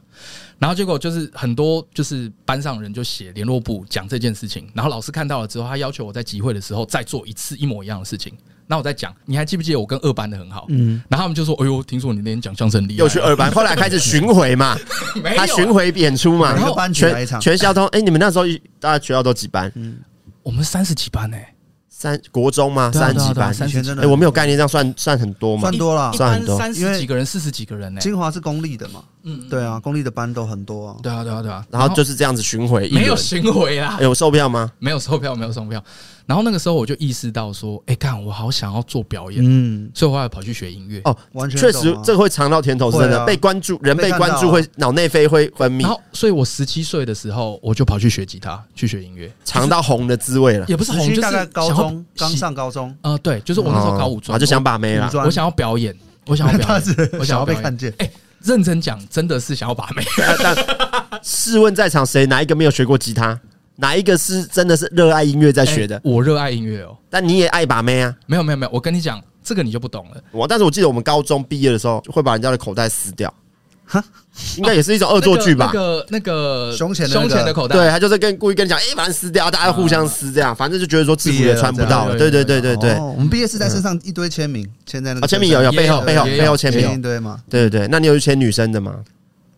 然后结果就是很多就是班上人就写联络簿讲这件事情，然后老师看到了之后，他要求我在集会的时候再做一次一模一样的事情。那我在讲，你还记不记得我跟二班的很好？嗯，然后他们就说：“哎呦，听说你那天讲相声很厉害。”
又去二班，后来开始巡回嘛，
没有
他
啊？
巡回演出嘛，
然
后
后班级来一
全
场，嗯
全校通。哎，你们那时候一大家学校都几班？
我们三十几班呢、
三国中吗？
对啊
三十几
对啊
班？
对啊
以前真
哎、
的很
我没有概念，这样算算很多吗
算？多了
一
算
般
很多
三
因
十
为
几个人、四十几个人呢、
清华是公立的嘛，
嗯，
对啊，公立的班都很多啊。
对啊，对啊，对啊。
然后就是这样子巡回一
没有
轮，
巡回啦，
有售票吗？
没有售票，没有售票。然后那个时候我就意识到说，哎、干，我好想要做表演，
嗯，
所以我后来跑去学音乐。
哦，
完全
确
懂
实
啊
这个会尝到甜头，是真
会
的。
啊
被关注，人被
被看
关
到
注
啊
会脑内啡会分
然
泌，
后，所以我十七岁的时候，我就跑去学吉他，去学音乐，
尝到红的滋味了。
也不是
时
红，就
期
是
大概高
想要
中刚
喜，
上高中，
呃，对，就是我那时候高五专，
啊就想把妹啦
五。专
我想要表演，我想要表
他
演，
是
我
想
想
要
要
被
表演哎
看见。
认真讲，真的是想要把妹。
试问在场谁哪一个没有学过吉他？哪一个是真的是热爱音乐在学的
诶？ 我热爱音乐哦，
但你也爱把妹啊！
没有没有没有，我跟你讲，这个你就不懂了。
我但是我记得我们高中毕业的时候会把人家的口袋撕掉
哈，
应该也是一种恶作剧吧
哦那？个那个
胸前的那
胸
个
前的口袋，
对，他就是跟故意跟你讲，哎，把它撕掉，大家互
啊
相撕这样，反正就觉得说制服也穿不到了。
毕业
对对
了这
对
样
对对，
哦，我们毕业是在身上一堆签名，签在
啊，
那个
签名有有
也
背后
有
背后
也有
背后签名
签
有
一，堆嘛。
对对对。那你有去签女生的吗？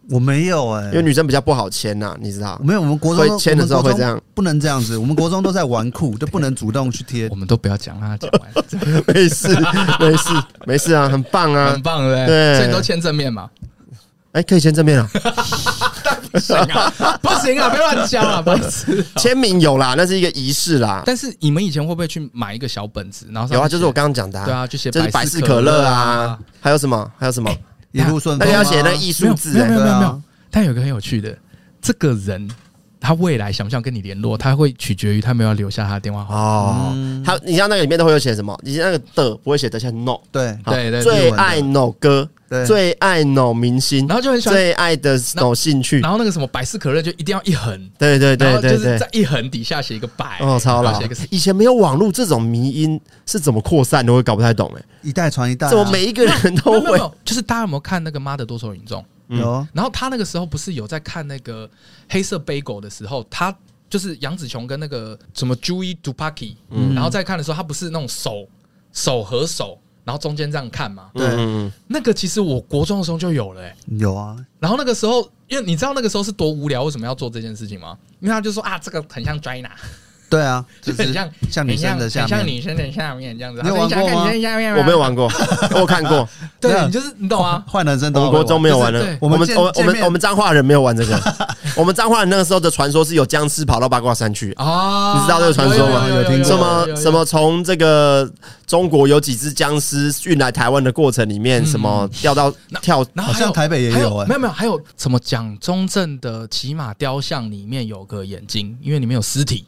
我没有哎
嗯
因，为女生比较不好签呐，你知道？
没有，我们国中
会
都
签的时候会这，
我们
样
国中不能这样子。我们国中都在纨绔，就不能主动去贴
我。们都不要讲，让他讲完，
没事 没事没事啊，很棒啊
很！棒对不
对
所以你都签正面嘛？
哎，可以签正 面了。
不行啊，不行啊，不要乱讲啊，白痴。
签名有啦，那是一个仪式啦。
但是你们以前会不会去买一个小本子，然后上面
有啊，就是我
写
刚刚讲的、
对，啊，就写
就是百
事
事可乐
乐
啊，，还有什么？还有什么？
一路顺
那
风
个
啊。
要写那个艺术字、
没有没
欸，
有没有没有
对啊。
但有一个很有趣的，这个人他未来想不想跟你联络，他会取决于他没有留下他的电话号码。
哦，他你像那个里面都会有写什么？你那个的不会写的像 no，
对
好
对对
最爱 no 歌，
对，
最爱 no 明星
然，后就很喜欢，
最爱的 no 兴趣，
然后那个什么百事可乐就一定要一横，
对对
然
对
后
对
就是
对
在。一横底下写一个百，
哦，超
然后
老
写一个！
以前没有网络这种迷音是怎么扩散的，我也搞不太懂哎、
一代传一代啊。
怎么每一个人
没
都
有没有没
会？
有，就是大家有没有看那个《妈的多重宇宙》？
有？啊
然后他那个时候不是有在看那个黑色背狗的时候，他就是杨紫琼跟那个什么 Joey Dupaki，、
嗯
然后在看的时候，他不是那种手手和手，然后中间这样看嘛？
对
嗯，
那个其实我国中的时候就有了、欸，
有啊，
然后那个时候，因为你知道那个时候是多无聊，为什么要做这件事情吗？因为他就说啊，这个很像 Gina，
对啊，就
就是 很像
像女生的
很
下
像很像
面。
女生的下面这样子。
你有玩过吗
他说你想看女生下面
我没有。玩过，我有看过，
对，你就是你懂吗？
坏男
我
生
们
都会玩
国中没有玩
就
了
是对，
我们
我们见
我们我
见
们
面
我们彰化人没有玩这个，我们彰化人那个时候的传说是有僵尸跑到八卦山去，
啊，
你知道这个传说吗
有有有有有有有有
什么
有有有
什么从这个中国有几只僵尸运来台湾的过程里面，
嗯
什么掉到
那
跳
然后
好
还有
像台北也
还
有哎
没有没有，还有什么蒋中正的骑马雕像里面有个眼睛，因为里面有尸体，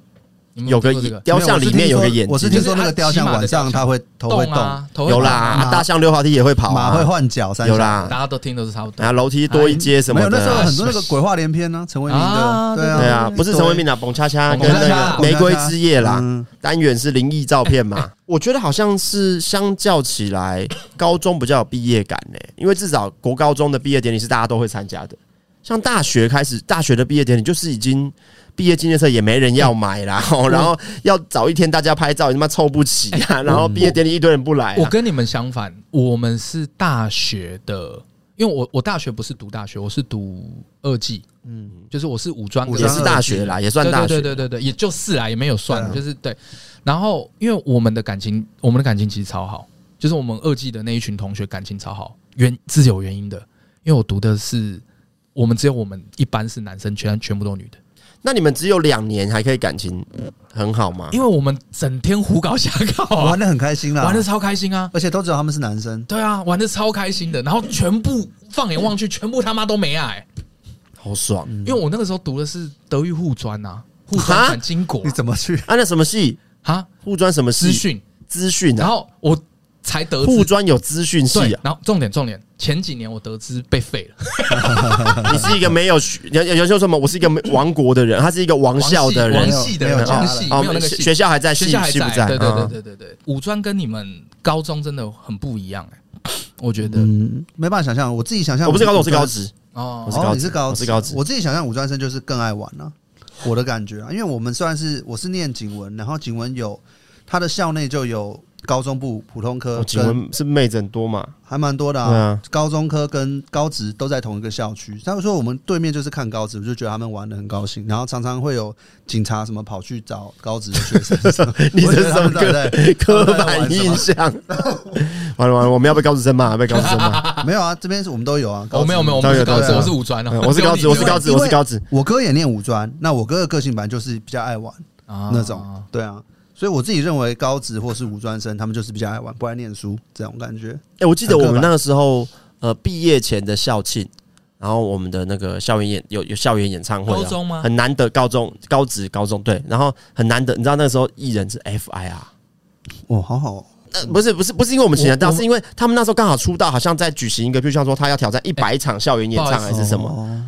你们
有个
听过这
眼雕像里面有个眼
我是
睛
听，说那个雕像晚上它会头会
动啊，头会
有
马
啦，大象溜滑梯也会跑，
马会，换脚，三
啊有
小
动，
啦，
大家都听都是差不多
然后。楼梯多一阶什
没
么
有，那时候
的。啊
很多那个鬼话连篇呢，陈为民的，
啊
对啊，
对啊，不是陈为民啦，蹦恰恰跟
哦蹦恰
那
恰哎
个玫瑰之夜啦，
嗯
单元是灵异照片嘛。我觉得好像是相较起来，高中比较有毕业感呢、因为至少国高中的毕业典礼是大家都会参加的。像大学开始，大学的毕业典礼就是已经毕业纪念册也没人要买啦，
嗯
哦然后要早一天大家拍照，也他妈凑不齐啊，然后毕业典礼一堆人不
哎
来、
嗯我
啊。
跟你们相反，我们是大学的，因为我我大学不是读大学，我是读二技，嗯，就是我是五专，
五
也
专
是大学啦，也算
对
大
对对
学。
对对对，也就是啦，也没有算，
对啊
就是对。然后因为我们的感情，我们的感情其实超好，就是我们二技的那一群同学感情超好，原是有原因的，因为我读的是我们只有我们一班是男生，全全部都女的，
那
那
你们只有两年还可以感情很好吗？
因为我们整天胡搞瞎搞啊
玩，的很开心啦，
玩的超开心啊。
而且都知道他们是男生，
对啊，玩的超开心的，然后全部放眼望去，全部他妈都没爱、
好爽
因为我那个时候读的是德育护专呐，护专转经国
你怎么去？
啊！那什么系？
啊，
护专什么系？
资讯，
资讯
然
啊，
后我才得
护
知，
专有资讯系
对
啊，。
然后重点重点，前几年我得知被废了，
你是一个没有学，有有有说什么？我是一个没亡国的人，他是一个亡校的
王
人。
系的
没
人，
有
王系
哦
没有那个
学
系
学，校还在，
学
系
校还
系不
在，对对对
嗯
对对对，五专跟你们高中真的很不一样哎、我觉得、
嗯，没办法想象，我自己想象，
我不是高中，我是高
职，
职。
哦
我是，
哦，
高
你
职
是高，
我是高职
我自己想象五专生就是更爱玩啊，我的感觉啊，因为我们虽然是我是念景文，然后景文有他的校内就有高中部普通科
我请
跟
问是妹子很多嘛？
还蛮多的
哦对
啊
啊，
高中科跟高职都在同一个校区。他们说我们对面就是看高职，我就觉得他们玩的很高兴，然后常常会有警察什么跑去找高职的学生。
你
我
这是
觉得
什
他
么
们到底在
刻 刻
他们在玩
板
什么
印象？完了完了，我们要被高职生骂，被高职生 骂。
没有啊，这边是我们都有啊。高
我
职
哦没有没有，我们
对
是高
啊
职，
对啊
我是五专哦
嗯，我是高职，我是高职，
因为
我是高职。
我哥也念五专，那我哥的个性本来就是比较爱玩那
那
种，对啊，所以我自己认为高职或是五专生，他们就是比较爱玩，不爱念书这种感觉。
哎、我记得我们那个时候，呃，毕业前的校庆，然后我们的那个校园演有有校园演唱会、啊，
高中吗
很难得，高中、高职、高中对，然后很难得，你知道那时候艺人是 FIR。
哦，好好哦，
呃，不是不是不是因为我们请得到，
我我
是因为他们那时候刚好出道，好像在举行一个，就像说他要挑战一百场校园演
不
唱
好
还是什么？
哦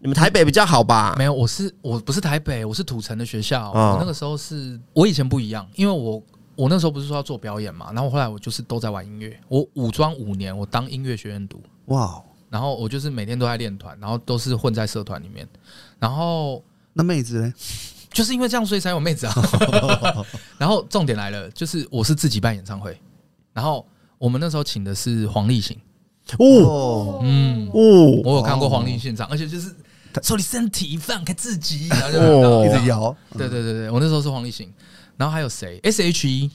你们台北比较好吧？
没有，我是我不是台北，我是土城的学校。
啊
我那个时候是我以前不一样，因为我我那时候不是说要做表演嘛，然后后来我就是都在玩音乐。我武装五年，我当音乐学院读，
哇，哦
然后我就是每天都在练团，然后都是混在社团里面，然后
那妹子嘞？
就是因为这样，所以才有妹子 啊。然后重点来了，就是我是自己办演唱会，然后我们那时候请的是黄立行，
哦
哦，
嗯，
哦，
我有看过黄立行现场，而且就是说你身体放开自己，然后就
哦
一直摇，
对对对对，我那时候是黄立行，然后还有谁？S H E，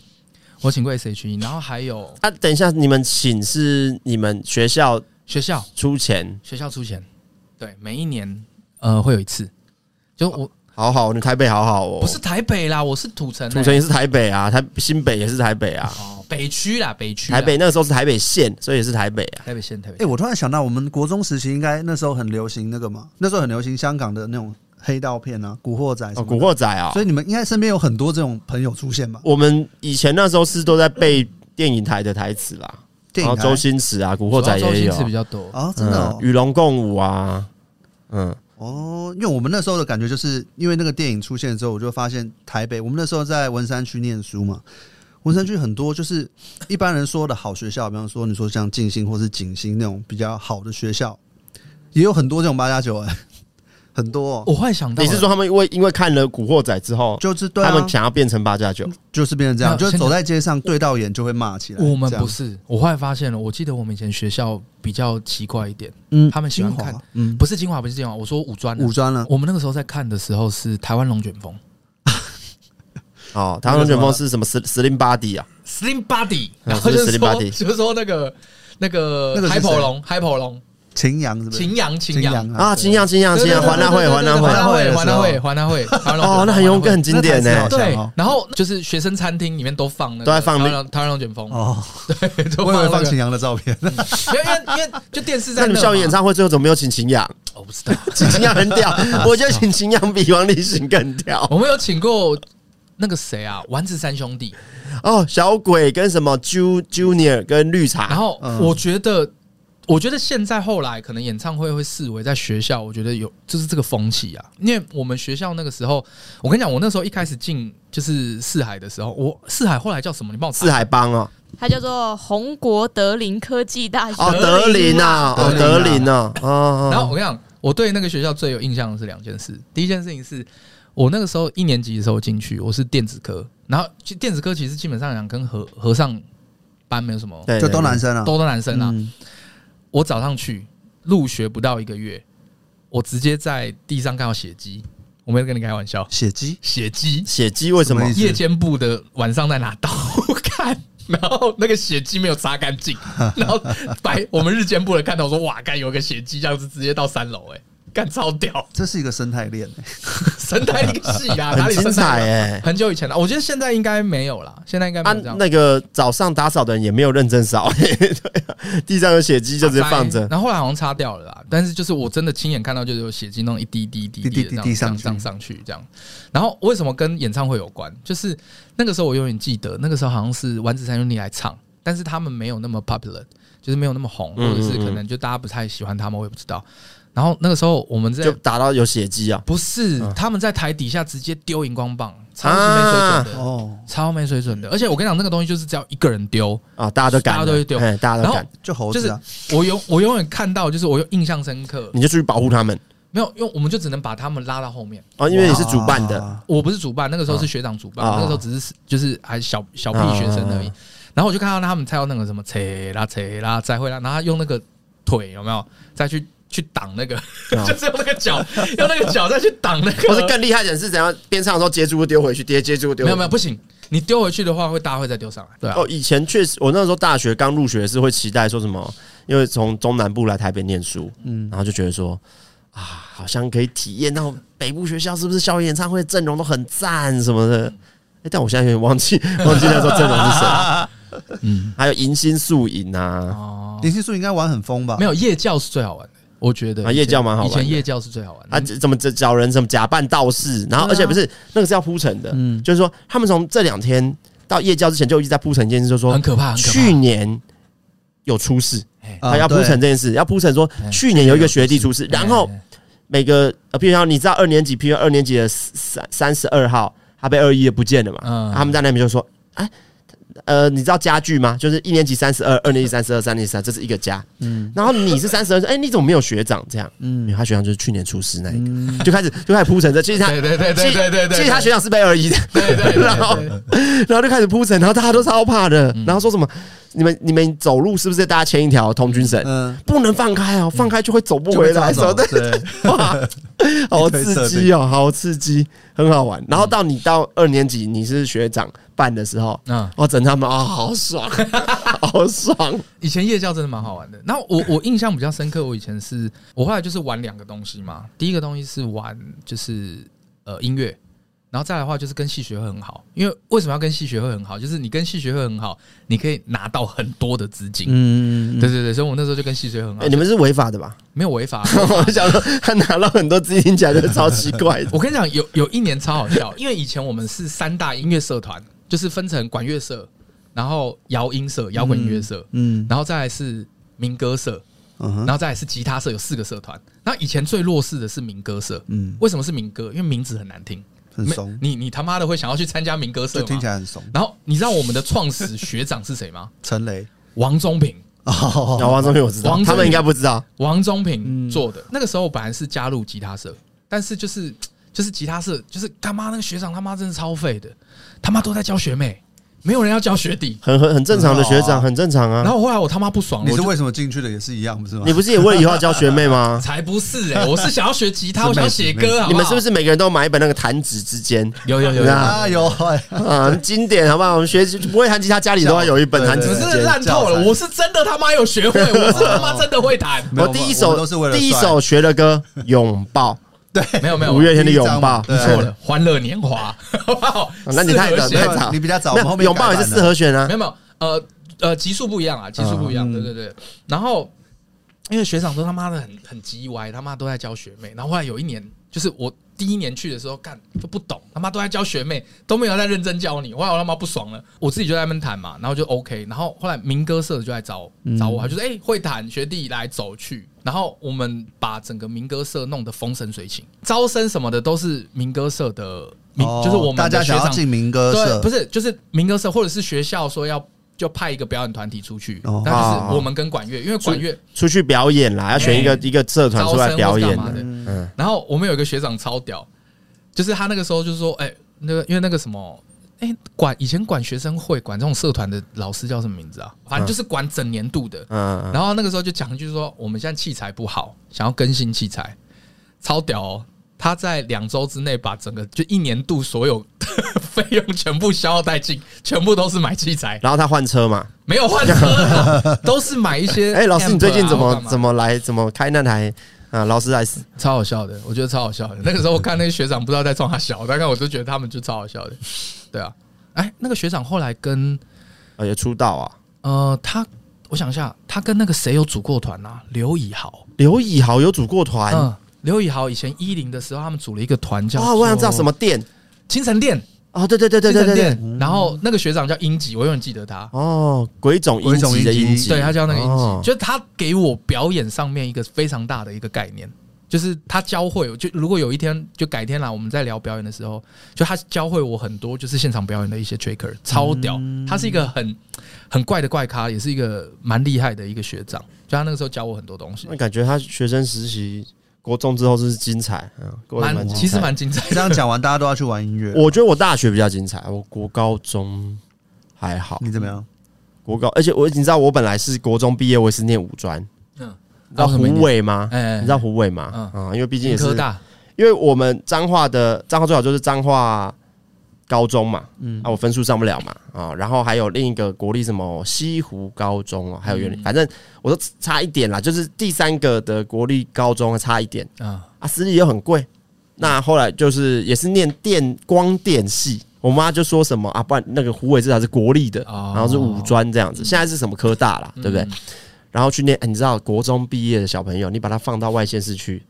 我请过 S H E，然后还有
啊，等一下，你们请是你们学校
学校
出钱，
学校出钱，对，每一年呃会有一次，就我
好好，你台北好好哦，
不是台北啦，我是土城、欸，
土城也是台北啊，台新北也是台北啊，
哦北区啦，北区啦
台北那个时候是台北县，所以也是台北啊。
台北县台北
哎、我突然想到，我们国中时期应该那时候很流行那个嘛，那时候很流行香港的那种黑道片啊，《古惑仔》什
哦，
么的
古惑仔啊、
所以你们应该身边有很多这种朋友出现吧？
我们以前那时候是都在背电影台的台词啦，
电影
然后周
台
星驰啊，古惑仔
主要周
也有
星驰比
啊，
较多，
啊，真的
嗯
哦,、
与龙共舞啊，嗯，
哦，因为我们那时候的感觉就是因为那个电影出现之后，我就发现台北，我们那时候在文山区念书嘛，文山区很多就是一般人说的好学校，比方说你说像静心或是景星那种比较好的学校，也有很多这种八加九哎， 很多、哦，
我幻想到
你是说他们因为因为看了古惑仔之后，
就是对、啊、
他们想要变成八加九？
就是变成这
没
样，
有
就是
现在
走在街上对到眼就会骂起来。
我们
这样
不，是，我后来发现了，我记得我们以前学校比较奇怪一点，
嗯
他们喜欢看
清华嗯，
不是精华不是精华，我说五专的
五专了，
我们那个时候在看的时候是台湾龙卷风
哦，台湾卷风是什么十十零八 D 啊？
Slim Body，
嗯
然后就是
是
说
Slim Body
就是说那个那个
那个是
海
谁
婆龙海婆龙
秦阳是不是？
秦阳秦阳
阳
啊，金，样金样
对
金
对
样，
对
环大会
对对
环大
对
会
环，大会
环大会
环大会环大会环大会
哦，那很勇敢，很经典
那台
呢
词。
对
好像哦，
然后就是学生餐厅里面都放那个
都在放
台湾
那
龙台湾龙卷风
对，哦，
都
我以为
那
放
个
秦阳的照片，
没有因为因为就电视在
那你们
嘛
校园演唱会最后怎么没有请秦阳？
我不知道，
请秦阳很屌，我觉得请秦阳比王力行更屌。
我们有请过那个谁啊，丸子三兄弟，
哦，小鬼跟什么 Ju Junior 跟绿
然
茶，
后
嗯
我觉得，我觉得现在后来可能演唱会会视为在学校，我觉得有就是这个风气啊。因为我们学校那个时候，我跟你讲，我那时候一开始进就是四海的时候，我四海后来叫什么？你帮我查
四海帮哦，
它叫做红国德林科技大学。
哦德林啊，哦
德
德
林
林啊，哦哦，
然后我
哦
跟你讲，我对那个学校最有印象的是两件事。第一件事情是我那个时候一年级的时候进去，我是电子科，然后其电子科其实基本上讲跟和和尚班没有什么，
对，
就
对
都男生啊，
都是男生啊。
嗯
我早上去入学不到一个月，我直接在地上看到血迹，我没有跟你开玩笑，
血迹，
血迹，
血迹为什么啊
什么意？思
夜间部的晚上在拿刀 看。然后那个血迹没有擦 干净，然后白我们日间部的看到说哇，干有个血迹，这样子直接到三楼、哎，干超屌，
这是一个生态链欸，
神台一个戏啊，哪
很
里
精
神
彩
台？
哎。
很久以前了，我觉得现在应该没有啦，现在应该没
啊
有这样，。
那个早上打扫的人也没有认真扫， 对啊地上有血迹就直接放着。
然后后来好像擦掉了啦，但是就是我真的亲眼看到，就是有血迹那种一滴一滴一滴一滴的这样
滴滴滴滴
这样
上去
这样上去这样。然后为什么跟演唱会有关？就是那个时候我永远记得，那个时候好像是丸子三兄弟来唱，但是他们没有那么 popular，就是没有那么红，
嗯
或者是可能就大家不太喜欢他们，我也不知道。然后那个时候我们在
就打到有血迹啊！
不是
嗯
他们在台底下直接丢荧光棒，超级没水准的。
哦，
超没水准的。而且我跟你讲，那个东西就是只要一个人丢，
啊，大家都敢了，
大家都会丢
哎大家都
然后
敢，
就猴
就
子
是
啊，
我永我永远看到，就是我有印象深刻。
你就出去保护他们。
没有，因为我们就只能把他们拉到后面。
哦，因为你是主办的，
哇，
我不是主办，那个时候是学长主办，
啊
那个时候只是就是还小小屁学生而已。然后我就看到他们跳那个什么扯啦扯啦再会啦，然后他用那个腿有没有再去去挡那个， 就是用那个脚，用那个脚再去挡那个。
或是更厉害的人是怎样？边唱的时候接住丢回去，接接住丢回去。
没有没有不行，你丢回去的话会大家会再丢上来。对啊，
哦，以前确实，我那时候大学刚入学是会期待说什么，因为从中南部来台北念书，嗯，然后就觉得说啊，好像可以体验到北部学校是不是校园演唱会阵容都很赞什么的。诶但我现在有点忘记 忘记那时候阵容是谁，
嗯，
还有迎新宿营啊，
哦，
林心树应该玩很疯吧？
没有夜教是最好玩的，我觉得
啊夜教蛮好玩
以
的
前夜教是最好玩的
啊，。怎么这找人什么假扮道士，然后
对啊
而且不是那个是要铺陈的，
嗯
就是说他们从这两天到夜教之前就一直在铺陈一件事，就是说
很可怕，很可怕。
去年有出事，
啊
他要铺
对
陈这件事，要铺陈说
嗯
去年有一个学弟出事，然后
哎
每个呃，譬如像你知道二年级，譬如二年级的三三十二号，他被二一的不见了嘛，
嗯
他们在那边就说，哎。呃，你知道家具吗？就是一年级三十二，二年级三十二，三年级三，这是一个家。
嗯
然后你是三十二，哎，你怎么没有学长这样？因为
嗯
他学长就是去年出事那一个，就开始就开始铺陈这。其实他
对对对对对对对，
其实他学长是被二一的，
对对 对
然后
对
然后就开始铺陈，然后大家都超怕的，然后说什么你们你们走路是不是大家牵一条通军绳？
嗯，
不能放开哦，放开就会走不
就
回
被抓
来，什么
走
的，
对，
哇，好刺激哦，好刺激，很好玩。然后到你到二年级，你是学长办的时候，
嗯，
我整他们啊，好爽， 好爽，
以前夜校真的蛮好玩的。然后我我印象比较深刻，我以前是我后来就是玩两个东西嘛，第一个东西是玩就是呃音乐，然后再来的话就是跟戏学会很好，因为为什么要跟戏学会很好？就是你跟戏学会很好，你可以拿到很多的资金。
嗯，
对对对，所以我那时候就跟戏学会很好，
哎你们是违法的吧？
没有违法。
我想说，他拿了很多资金起来，就超奇怪的。
我跟你讲，有有一年超好笑，因为以前我们是三大音乐社团，就是分成管乐社，然后摇音社、摇滚音乐社，
嗯
然后再来是民歌社，
嗯哼
然后再来是吉他社，有四个社团。那以前最弱势的是民歌社，
嗯，
为什么是民歌？因为名字很难听，
很
没
怂，
你你他妈的会想要去参加民歌社
就
吗？
听起来很怂。
然后你知道我们的创始学长是谁吗？
陈雷
王宗平，
然后
哦，
王宗平我知道
王，宗平
他们应该不知道。
王宗
嗯
平做的。那个时候我本来是加入吉他社，但是就是就是吉他社，就是他妈那个学长他妈真的超废的，他妈都在教学妹，没有人要教学弟。
很很很正常的学
很好
长，
啊
很正常
然
啊。
后后来我他妈不爽，
你
我
是
就
为什么进去的也是一样，不是吗
你？不是也为了以后要教学妹吗？
才不是哎、我 是想要学吉他，
是
我想要
妹子
写
妹 子
歌好好啊
你们是不是每个人都买一本那个弹指之间
有有有有
那？
啊，有哎，
啊？很经典好不好？我们学不会弹吉他，家里都要有一本
对对
弹指
我
之
真
间。
的烂透了，我是真的他妈有学 会，我是他妈真的会弹。
没
我
有
第一
我
首
们都是为了
第一
帅
首学的 歌《拥抱
没有没》，有，
五月天的《拥抱》
第一张嘛
错了，《欢乐年华》 好不好？
哦那你太
四和
太
弦
没
太
有，你比较早，我
啊没
们后
有
面
拥抱也是四合选啊
没。有没有，呃呃，级数不一样啊，级数不一样，
嗯
对对对。然后因为学长都他妈的很很叽歪，他妈都在教学妹。然后后来有一年，就是我第一年去的时候，干都不懂，他妈都在教学妹，都没有在认真教你。后来我他妈不爽了，我自己就在那边弹嘛，然后就 OK。然后后来民歌社的就来找找我，他就说：“哎、会弹学弟来走去。”然后我们把整个民歌社弄得风生水起，招生什么的都是民歌社的。民
哦
就是我们
大家
的学
想要
长
进民歌社，
对，不是就是民歌社或者是学校说要就派一个表演团体出去，
哦
但就是我们跟管乐，因为管乐
出去表演啦，要选一个
哎
一个社团
招
出
生或
来
是
表
干
演
嘛的
的。，嗯，
然后我们有一个学长超屌，就是他那个时候就是说，哎、那个因为那个什么。哎、管以前管学生会、管这种社团的老师叫什么名字啊？反正就是管整年度的。
嗯，
然后那个时候就讲一句说，我们现在器材不好，想要更新器材，超屌哦！他在两周之内把整个就一年度所有 费用全部消耗殆尽，全部都是买器材。
然后他换车嘛。
没有换 车啊，都是买一些 amp 啊。
哎，老师，你最近怎么怎
么
么来怎么开那台啊劳斯莱斯？
超好笑的？我觉得超好笑的。那个时候我看那个学长不知道在装他小，大概我就觉得他们就超好笑的。对啊，哎，那个学长后来跟
呃，也出道啊。
呃他，我想一下，他跟那个谁有组过团啊？刘以豪，
刘以豪有组过团
嗯，刘以豪以前一零的时候，他们组了一个团叫
哦，我想知道什
么
么店
清晨店，
哦，对对对对对对
清晨
对，
店。然后那个学长叫英吉，我永远记得他。
哦，鬼冢
鬼
英
冢
吉的
英吉
英吉，
对他教那个音级，
哦
就是他给我表演上面一个非常大的一个概念，就是他教会我，就如果有一天就改天啦，我们在聊表演的时候，就他教会我很多就是现场表演的一些 tricker，超屌，他是一个很很怪的怪咖，也是一个蛮厉害的一个学长，就他那个时候教我很多东西
那，感觉他学生实习国中之后是精彩，嗯，过得
蛮
蛮精彩
其实蛮精彩
这样讲完，大家都要去玩音乐。
我觉得我大学比较精彩，我国高中还好。
你怎么样？
国高，而且我你知道，我本来是国中毕业，我也是念五专。
嗯
嗯，你知道胡伟吗？
哎哎哎
你知道胡伟吗？啊、
嗯
因为毕竟
的。
也是
科，大
因为我们彰化的彰化最好就是彰化高中嘛，嗯，啊，我分数上不了嘛，啊，然后还有另一个国立什么西湖高中哦，还有园
嗯
林，反正我说差一点啦，就是第三个的国立高中差一点
啊，
啊，私立又很贵。那后来就是也是念电光电系，我妈就说什么啊，不然那个胡伟至少是国立的，
哦嗯
然后是五专这样子，现在是什么科大啦，对不对？然后去念，哎你知道国中毕业的小朋友，你把他放到外县市去，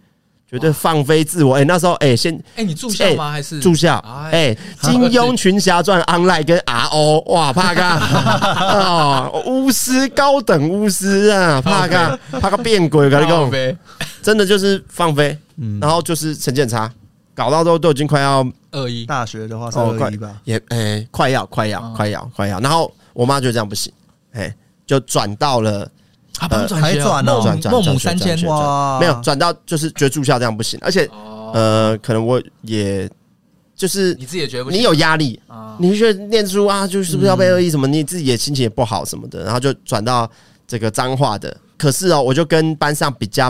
绝对放飞自我。哎，那时候哎，先
哎，你住校吗？还是
住校，
哎，
哎，金庸群侠传 online 跟 RO，哇，怕个 哦，巫师高等巫师啊，怕个怕个变鬼，我跟你
靠
讲。
北
真的就是放飞，
嗯
然后就是成见差，搞到都都已经快要
二一
大学的话是
哦
二
快
一吧？
也诶、快要快要、
哦
快要快要，然后我妈觉得这样不行，哎、就转到了
啊，不用转
还
学
转哦
孟
转
母
转
孟
转
母三
转
迁
转转
哇
没有转到就是觉得住校这样不行，而且、
哦，
呃，可能我也就是
你自己也觉得不
你
行
有压力，
啊？
你就觉得念书啊，就是不是要被恶意什么，你自己也心情也不好什么的，然后就转到这个脏话的。可是哦，我就跟班上比较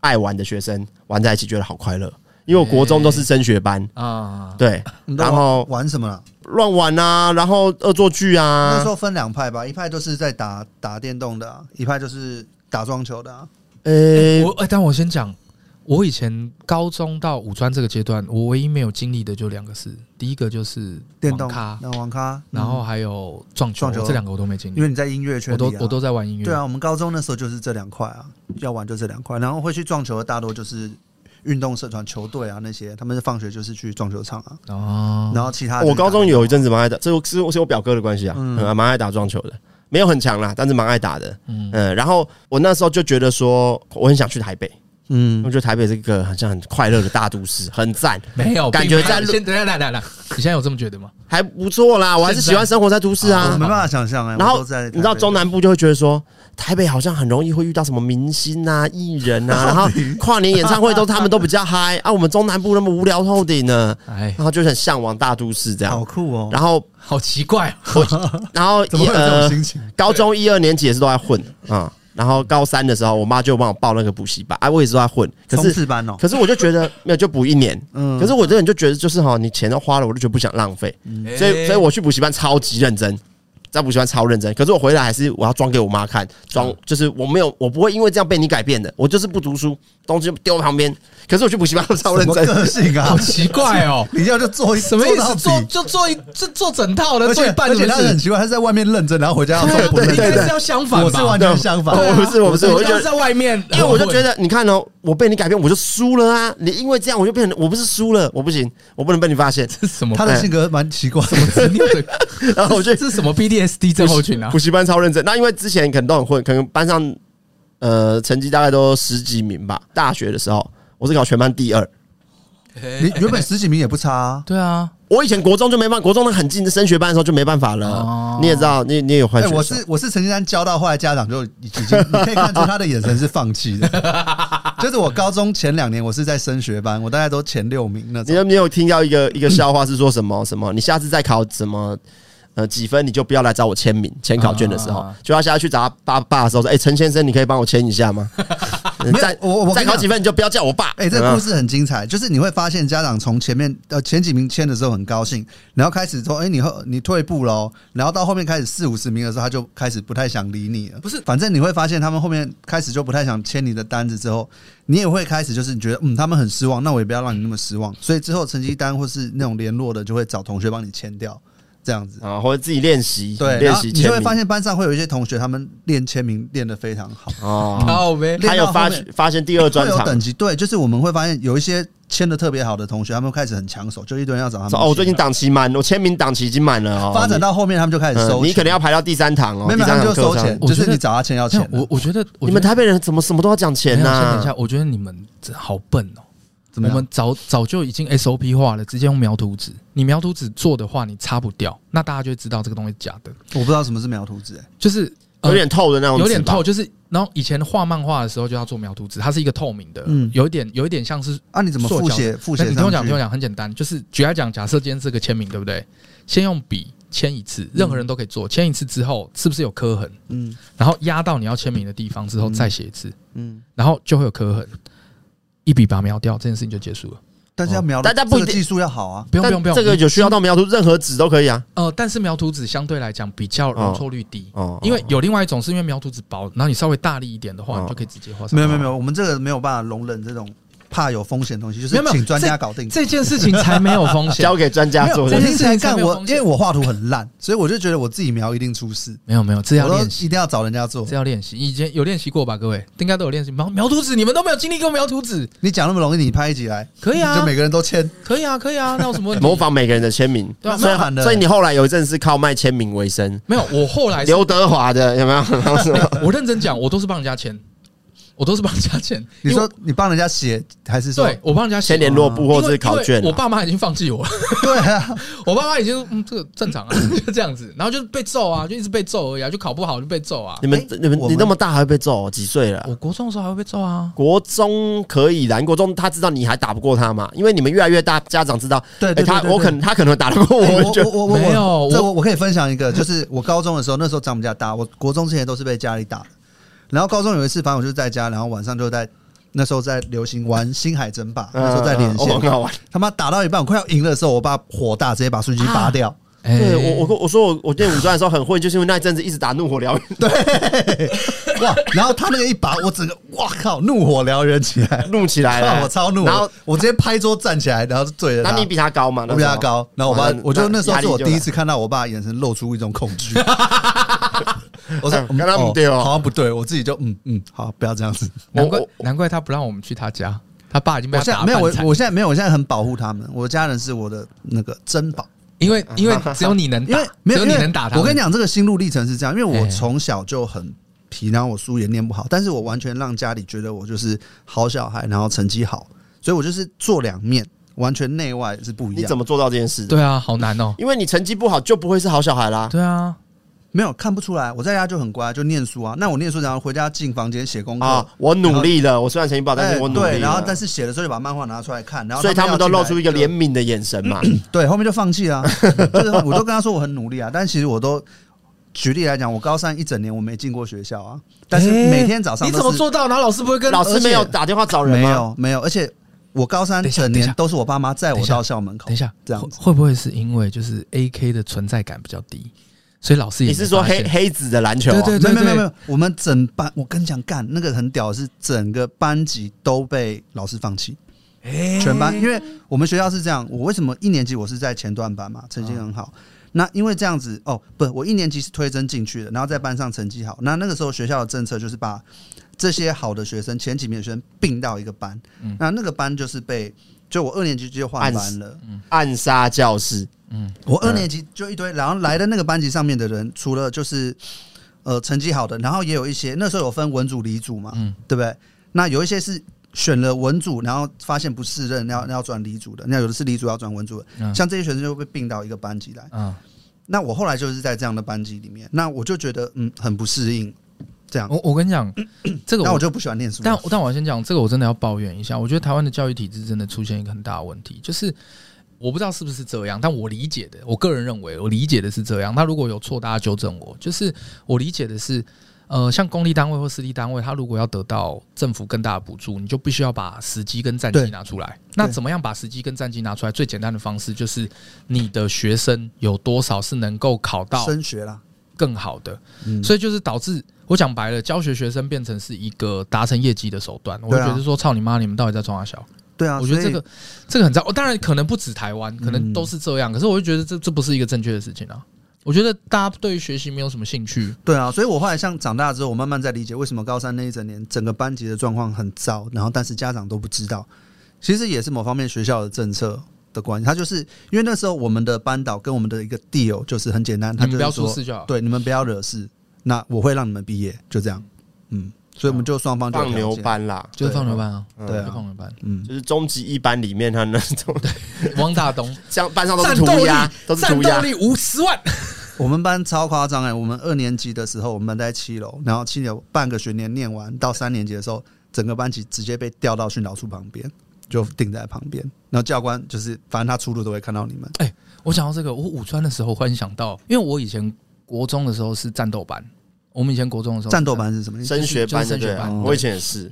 爱玩的学生玩在一起，觉得好快乐，因为我国中都是升学班，
啊，
对，
你都
然后
玩什么了？
乱玩啊，然后恶作剧
那时
啊，
候分两派吧，一派就是在打打电动的啊，一派就是打撞球的啊。
呃
我，哎，但我先讲，我以前高中到五专这个阶段，我唯一没有经历的就两个事，第一个就是
电动
网咖，
那网咖，
嗯
然后还有撞球
撞，球
这两个我都没经
因
历
为，你在音乐圈
我
里啊、
都我都在玩音乐。
对啊，我们高中那时候就是这两块啊，要玩就这两块，然后会去撞球的大多就是运动社团、球队啊那些，他们是放学就是去撞球场啊，
哦，
然后其他
我高中有一
阵
阵子蛮爱打，这是是我表哥的关系啊，嗯蛮爱打撞球的，没有很强啦，但是蛮爱打的，
嗯
嗯，然后我那时候就觉得说，我很想去台北。
嗯
我觉得台北是一个很像很快乐的大都市，很赞，
没有
感觉
并没有
在路
先等一下，来来来，你现在有这么觉得吗？
还不错啦。我还是喜欢生活在都市
我
啊
没。办法想象哎、
然
我
后
都在
你知道中南部就会觉得说，台北好像很容易会遇到什么明星啊、艺人 啊，然后跨年演唱会都他们都比较嗨啊，我们中南部那么无聊透顶呢，
哎，
然后就很向往大都市这
好
样。
酷哦、
然后，
好奇怪哦，
然后
怎么会有这种
呃，
心情？
高中一二年级也是都在混啊，然后高三的时候，我妈就帮我报那个补习班，哎，我也是都在混，可
冲
是
刺班哦、
可是我就觉得没有就补一年，
嗯
可是我这个人就觉得就是哈，你钱都花了，我就觉得不想浪费，所
欸
以所以我去补习班超级认真，在补习班超认真。可是我回来还是我要装给我妈看，
嗯
装就是我没有，我不会因为这样被你改变的，我就是不读书，东西丢旁边。可是我去补习班都 超认
什么
真，
个性啊，
哎好！奇怪哦
你要就做一
什么意思？
做
做
到底
就做一就做整套的，
而
做
且
一半
而且
是不
他
是
很奇怪，他是在外面认真，然后回家要
对
装不
对
应
认
对
该
对
是
真。
要相反吧？啊
我是完全相反，
我不是我不是，我
我
就觉
就
得。
在外面，
因为我就觉得，你看哦，我被你改变，我就输了啊！你因为这样，我就变成我不是输了，我不行，我不能被你发现。
这是什么
他的性格蛮奇怪的。
然后我 就
这是什么 BDSD 症候群啊
补？习班超认真。那因为之前可能都很混，可能班上呃成绩大概都十几名吧。大学的时候，我是考全班第二。
你原本十几名也不差、啊，
对啊，
我以前国中就没办法，国中的很近升学班的时候就没办法了。
哦
你也知道，你你也有换
哎、
学
我
校
是我是成绩单交到，后来家长就已经，你可以看出他的眼神是放 弃的。就是我高中前两年，我是在升学班，我大概都前六名那
你
种。
有没有听到一个一个笑话是说什么什么？你下次再考什么？呃，几分你就不要来找我签名，签考卷的时候
啊，
就他下次去找他爸爸的时候说：“哎，陈先生，你可以帮我签一下吗？”嗯
没有
再
我我跟你
再考
讲
几分你就不要叫我爸。
哎、这
有没有
个故事很精彩，就是你会发现家长从前面呃前几名签的时候很高兴，然后开始说，哎、你后你退步喽，然后到后面开始四五十名的时候，他就开始不太想理你了。
不是
反正你会发现他们后面开始就不太想签你的单子，之后你也会开始就是你觉得嗯他们很失望，那我也不要让你那么失望，所以之后成绩单或是那种联络的就会找同学帮你签掉，这样子。
啊，或者自己练习，
对，
练
然后
习
你
签
就会
名
发现班上会有一些同学，他们练签名练得非常好，
哦，
靠呗，
练
还
到
有
后
发
面
发现第二专
会有
场
等级。对，就是我们会发现有一些签的特别好的同学，他们开始很抢手，就一堆人要找他们
说
签。
哦，我最近档期满，我签名档期已经满了哦。
发展到后面，他们就开
你
始收
嗯，
钱，
你可能要排到第三堂哦，
没有
第
没有，他
三
们
堂
就
课
收
上
钱，
我
就
觉得
是你找他签要钱
没
的。
有我我觉得我
你
觉
们
得
台北人怎么什么都要讲钱
没有先
呐
等一？下，我觉得你们真好笨哦。
怎么
我
样
们早早就已经 SOP 化了，直接用描图纸。你描图纸做的话，你擦不掉，那大家就会知道这个东西是假的。
我不知道什么是描图纸、欸
就是呃
有点透的那种，
有点透，。就是然后以前画漫画的时候就要做描图纸，它是一个透明的，
嗯
有一点有一点像是
啊，你怎么
塑胶
复
的
写复
那
写上
你
去？
听我讲，听我讲，很简单，就是举来讲，假设今天是个签名，对不对？先用笔签一次，任何人都可以做，签一次之后是不是有刻痕？
嗯
然后压到你要签名的地方之后
嗯
再写一次，
嗯，
然后就会有刻痕，一笔把它描掉，这件事情就结束了。
但是要描，
哦但但不一
这个
定
技术要好啊。
不用不用
但
不用，
这个
你
有需要到描图，任何纸都可以啊。
呃，但是描图纸相对来讲比较容错率低，
哦，
因为有另外一种是因为描图纸薄，然后你稍微大力一点的话，
哦
你就可以直接画上。
没有没有没有，我们这个没有办法容忍这种怕有风险的东西，就
没
是
有没有
请专家搞定。
这件事情才没有风 险
交。给专家做
没
我
有
的。
听起来干
这件事情才没有
我，
风
因
险
为我画图很烂，所以我就觉得我自己描一定出事，
没有没有，这
我
要
都
练习
一。定要找人家做
这。要练习，以前有练习过吧？各位应该都有练习描描图纸，你们都没有经历过描图纸，
你讲那么容易，你拍一集来，
可以啊
就每个人都签。
可以啊，可以啊，那有什么问 题？
模仿每个人的签名，
对啊
所
那蛮
以
的
所以你后来有一阵是靠卖签名为生，
没有，我后来是
刘德华的有没 有？然后什么？
我认真讲，我都是帮人家签，我都是帮人 家签。
你
因
说
为
你帮人家写，还是说
对，我帮人家
签
签
联络簿或者是考卷啊、
我爸妈已经 放弃我了，
对啊？
我爸妈已经说嗯，这个正常啊， 就这样子，然后就是被揍啊，就一直被揍而已啊，就考不好就被揍啊
你。们、
哎
你们
我们
你那么大还会被揍、哦？几岁了啊、
我国中的时候还会被揍啊，
国中可以啦，国中他知道你还打不过他嘛，因为你们越来越大，家长知道，
对
哎
对对
他
对
我可能他可能打得过我，
哎
我觉得
我我
没有
我，这
我
我我可以分享一个，就是我高中的时候，那时候长比较大，我国中之前都是被家里打的。然后高中有一次，反正我就在家，然后晚上就在那时候在流行玩星海争霸，那时候在
嗯
连
嗯哦很
线，
好玩。
他妈打到一半，我快要赢了的时候，我爸火大，直接把数据拔 掉。
哎
对我我跟我说我我练武专的时候很会，就是因为那一阵子一直打怒火燎原，
哇！然后他那个一拔，我整个哇靠，怒火燎原起来，
怒起来
哇
了，
我超怒！
然后
我直接拍桌站起来，然后就对着
那
他。
你比他高嘛？
我比他高，然后我
哇
爸
那，
我就那时候是我
压力就来
第一次看到我爸眼神露出一种恐惧。我说
嗯：“刚刚不对哦
好像不对。”我自己就嗯嗯，好，不要这样子。
难怪
我我
难怪他不让我们去他家，他爸已经被
我
他
现
打
在没有，我
半残
我现在没有，我现在很保护他们。我家人是我的那个珍宝，
因 为因为只有你能打，
因为没有
哦只有
因
你
为
能打他。
我跟你，讲，这个心路历程是这样，因为我
哎
从小就很皮，然后我书也念不好，但是我完全让家里觉得我就是好小孩，然后成绩好，所以我就是做两面，完全内外是不一
你怎
样。
么做到这件事？，
对啊，好难哦。
因为你成绩不好就不会是好小孩啦。
对啊，
没有看不出来，我在家就很乖，就念书啊。那我念书，然后回家进房间写功课
啊，我努力了，我虽然成绩不好，但
哎
是我努力了。
对，然后但是写的时候就把漫画拿出来看，然后
所以他们
要
都
进来
露出一个
就
怜悯的眼神嘛。
对，后面就放弃 了、啊。就是我都跟他说我很努力啊，但其实我都举例来讲，我高三一整年我没进过学校啊，但是每天早上
你
都
怎么
是？
做到？然后老师不会跟
老师没有打电话找人
没
吗？
有没有，而且我高三
等一下
整
等一
年
下
都是我爸妈载
等
我
一下
到校门口。
等一下，
这样
会
子
会不会是因为就是 A K 的存在感比较低，所以老师也
你
没
是说
发现
黑黑子的篮球啊？
对对
哦没有没有没有，我们整班，我跟你讲，干那个很屌，是整个班级都被老师放弃，全班，因为我们学校是这样，我为什么一年级我是在前段班嘛，成绩很
哦
好。那因为这样子哦，不，我一年级是推甄进去的，然后在班上成绩好。那那个时候学校的政策就是把这些好的学生、前几名的学生并到一个班，
嗯
那那个班就是被就我二年级就换
暗
班了，
暗杀教室，
我二年级就一堆，然后来的那个班级上面的人，除了就是呃成绩好的，然后也有一些那时候有分文组、理组嘛，
嗯
对不对？那有一些是选了文组，然后发现不适任，要要转理组的，那有的是理组要转文组的，
嗯
像这些学生就会被并到一个班级来。
嗯，
那我后来就是在这样的班级里面，那我就觉得嗯很不适应，这样，
我我跟你 讲，这个
那
我
我就不喜欢念书了。
但但我先讲，这个我真的要抱怨一下。我觉得台湾的教育体制真的出现一个很大的问题，就是我不知道是不是这样，但我理解的，我个人认为我理解的是这样。那如果有错，大家纠正我。就是我理解的是，呃，像公立单位或私立单位，他如果要得到政府更大的补助，你就必须要把时机跟战绩
对
拿出来。那怎么样把时机跟战绩拿出来？最简单的方式就是你的学生有多少是能够考到
升学啦，
更好的，
嗯
所以就是导致我讲白了，教学学生变成是一个达成业绩的手段。我就
对啊
觉得说，操你妈，你们到底在装啥小？
对啊，
我觉得这
所以嗯
个这个很糟。哦当然可能不止台湾，可能都是这样。可是我就觉得这这不是一个正确的事情啊。我觉得大家对于学习没有什么兴趣，
对啊，所以我后来像长大之后，我慢慢在理解为什么高三那一整年整个班级的状况很糟，然后但是家长都不知道，其实也是某方面学校的政策的关系。他就是因为那时候我们的班导跟我们的一个 deal 就是很简单，
你
他
们
就
不要
是
出
说
事就好。
对你们不要惹事，那我会让你们毕业，就这样。嗯，所以我们就双方就有
放牛
条件，
班啦，
就是放牛班啊，
嗯
对
就
啊
放牛班。
嗯，
就是终极一班里面他那种，
汪大东
像班上都是涂鸦，都是
战
涂
斗
鸦，
力五十万，
我们班超夸张哎！我们二年级的时候，我们班在七楼，然后七楼半个学年念完，到三年级的时候，整个班级直接被调到训导处旁边，就定在旁边。然后教官就是，反正他出入都会看到你们。
我讲到这个，我五专的时候忽然想到，因为我以前国中的时候是战斗班，我们以前国中的时候
战斗，班是什么意思？
升学班
就是
对不
升学
对
班
啊？
对
我以前也是，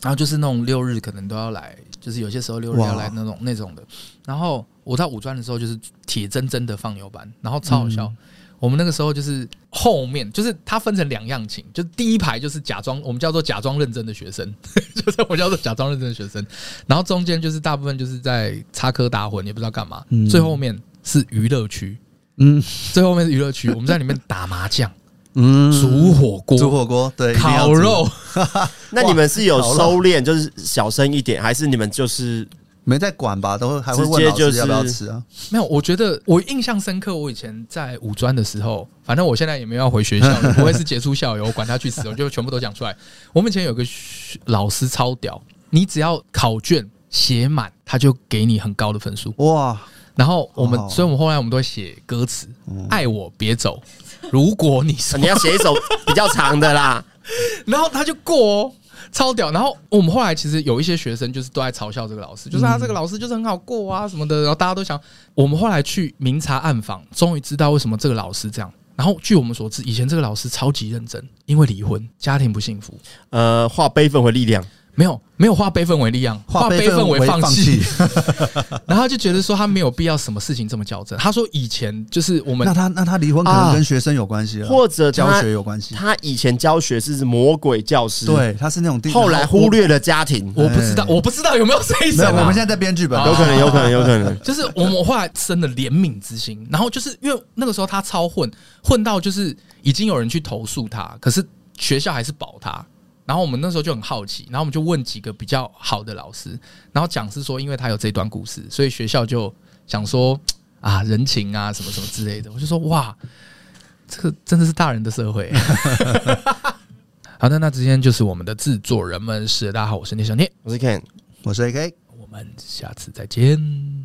然后就是那种六日可能都要来，就是有些时候六日
哇
要来那种那种的。然后我到五专的时候就是铁铮铮的放牛班，然后超好笑。
嗯
我们那个时候就是后面，就是它分成两样情，就第一排就是假装我们叫做假装认真的学生， 就是我们叫做假装认真的学生，然后中间就是大部分就是在插科打诨，也不知道干嘛。
嗯
最后面是娱乐区，
嗯
最后面是娱乐区，我们在里面打麻将、
嗯
煮火锅、
煮火锅，对，一定
烤
要煮
肉，
那你们是有收敛，就是小声一点，还是你们就是
没在管吧？都会还会
直
问
接
老
就
师
是
要不要吃啊？
没有，我觉得我印象深刻。我以前在五专的时候，反正我现在也没有要回学校，也不会是杰出校友，我管他去死，我就全部都讲出来。我们以前有个学老师超屌，你只要考卷写满，他就给你很高的分数。
哇，
然后我们，
哦
所以我们后来我们都会写歌词，爱我别走，如果你是
啊你要写一首比较长的啦？
然后他就过哦，超屌。然后我们后来其实有一些学生就是都在嘲笑这个老师，
嗯
就是他这个老师就是很好过啊什么的。然后大家都想，我们后来去明察暗访，终于知道为什么这个老师这样。然后据我们所知，以前这个老师超级认真，因为离婚，家庭不幸福，
呃，化悲愤为力量，
没有没有化悲愤为啊力量，化悲愤为放弃。，然后他就觉得说他没有必要什么事情这么较真。他说以前就是我们
那他那他离婚可能跟学生有关系了，
或者
教
他
学有关系。
他以前教学是魔鬼教师，，
对，他是那种地
后来忽略了家庭，
我不知道，我不知道有没有这一
没
层
有，我
啊
们现在在编剧本，
有可能，有可能，有可能。
就是我们后来生了怜悯之心，然后就是因为那个时候他超混，混到就是已经有人去投诉他，可是学校还是保他。然后我们那时候就很好奇，然后我们就问几个比较好的老师，然后讲是说，因为他有这段故事，所以学校就想说啊人情啊什么什么之类的。我就说哇，这个真的是大人的社会。好的，那今天就是我们的制作人们是大家好，我是聂小聂，
我是 Ken。
我是 AK。
我们下次再见。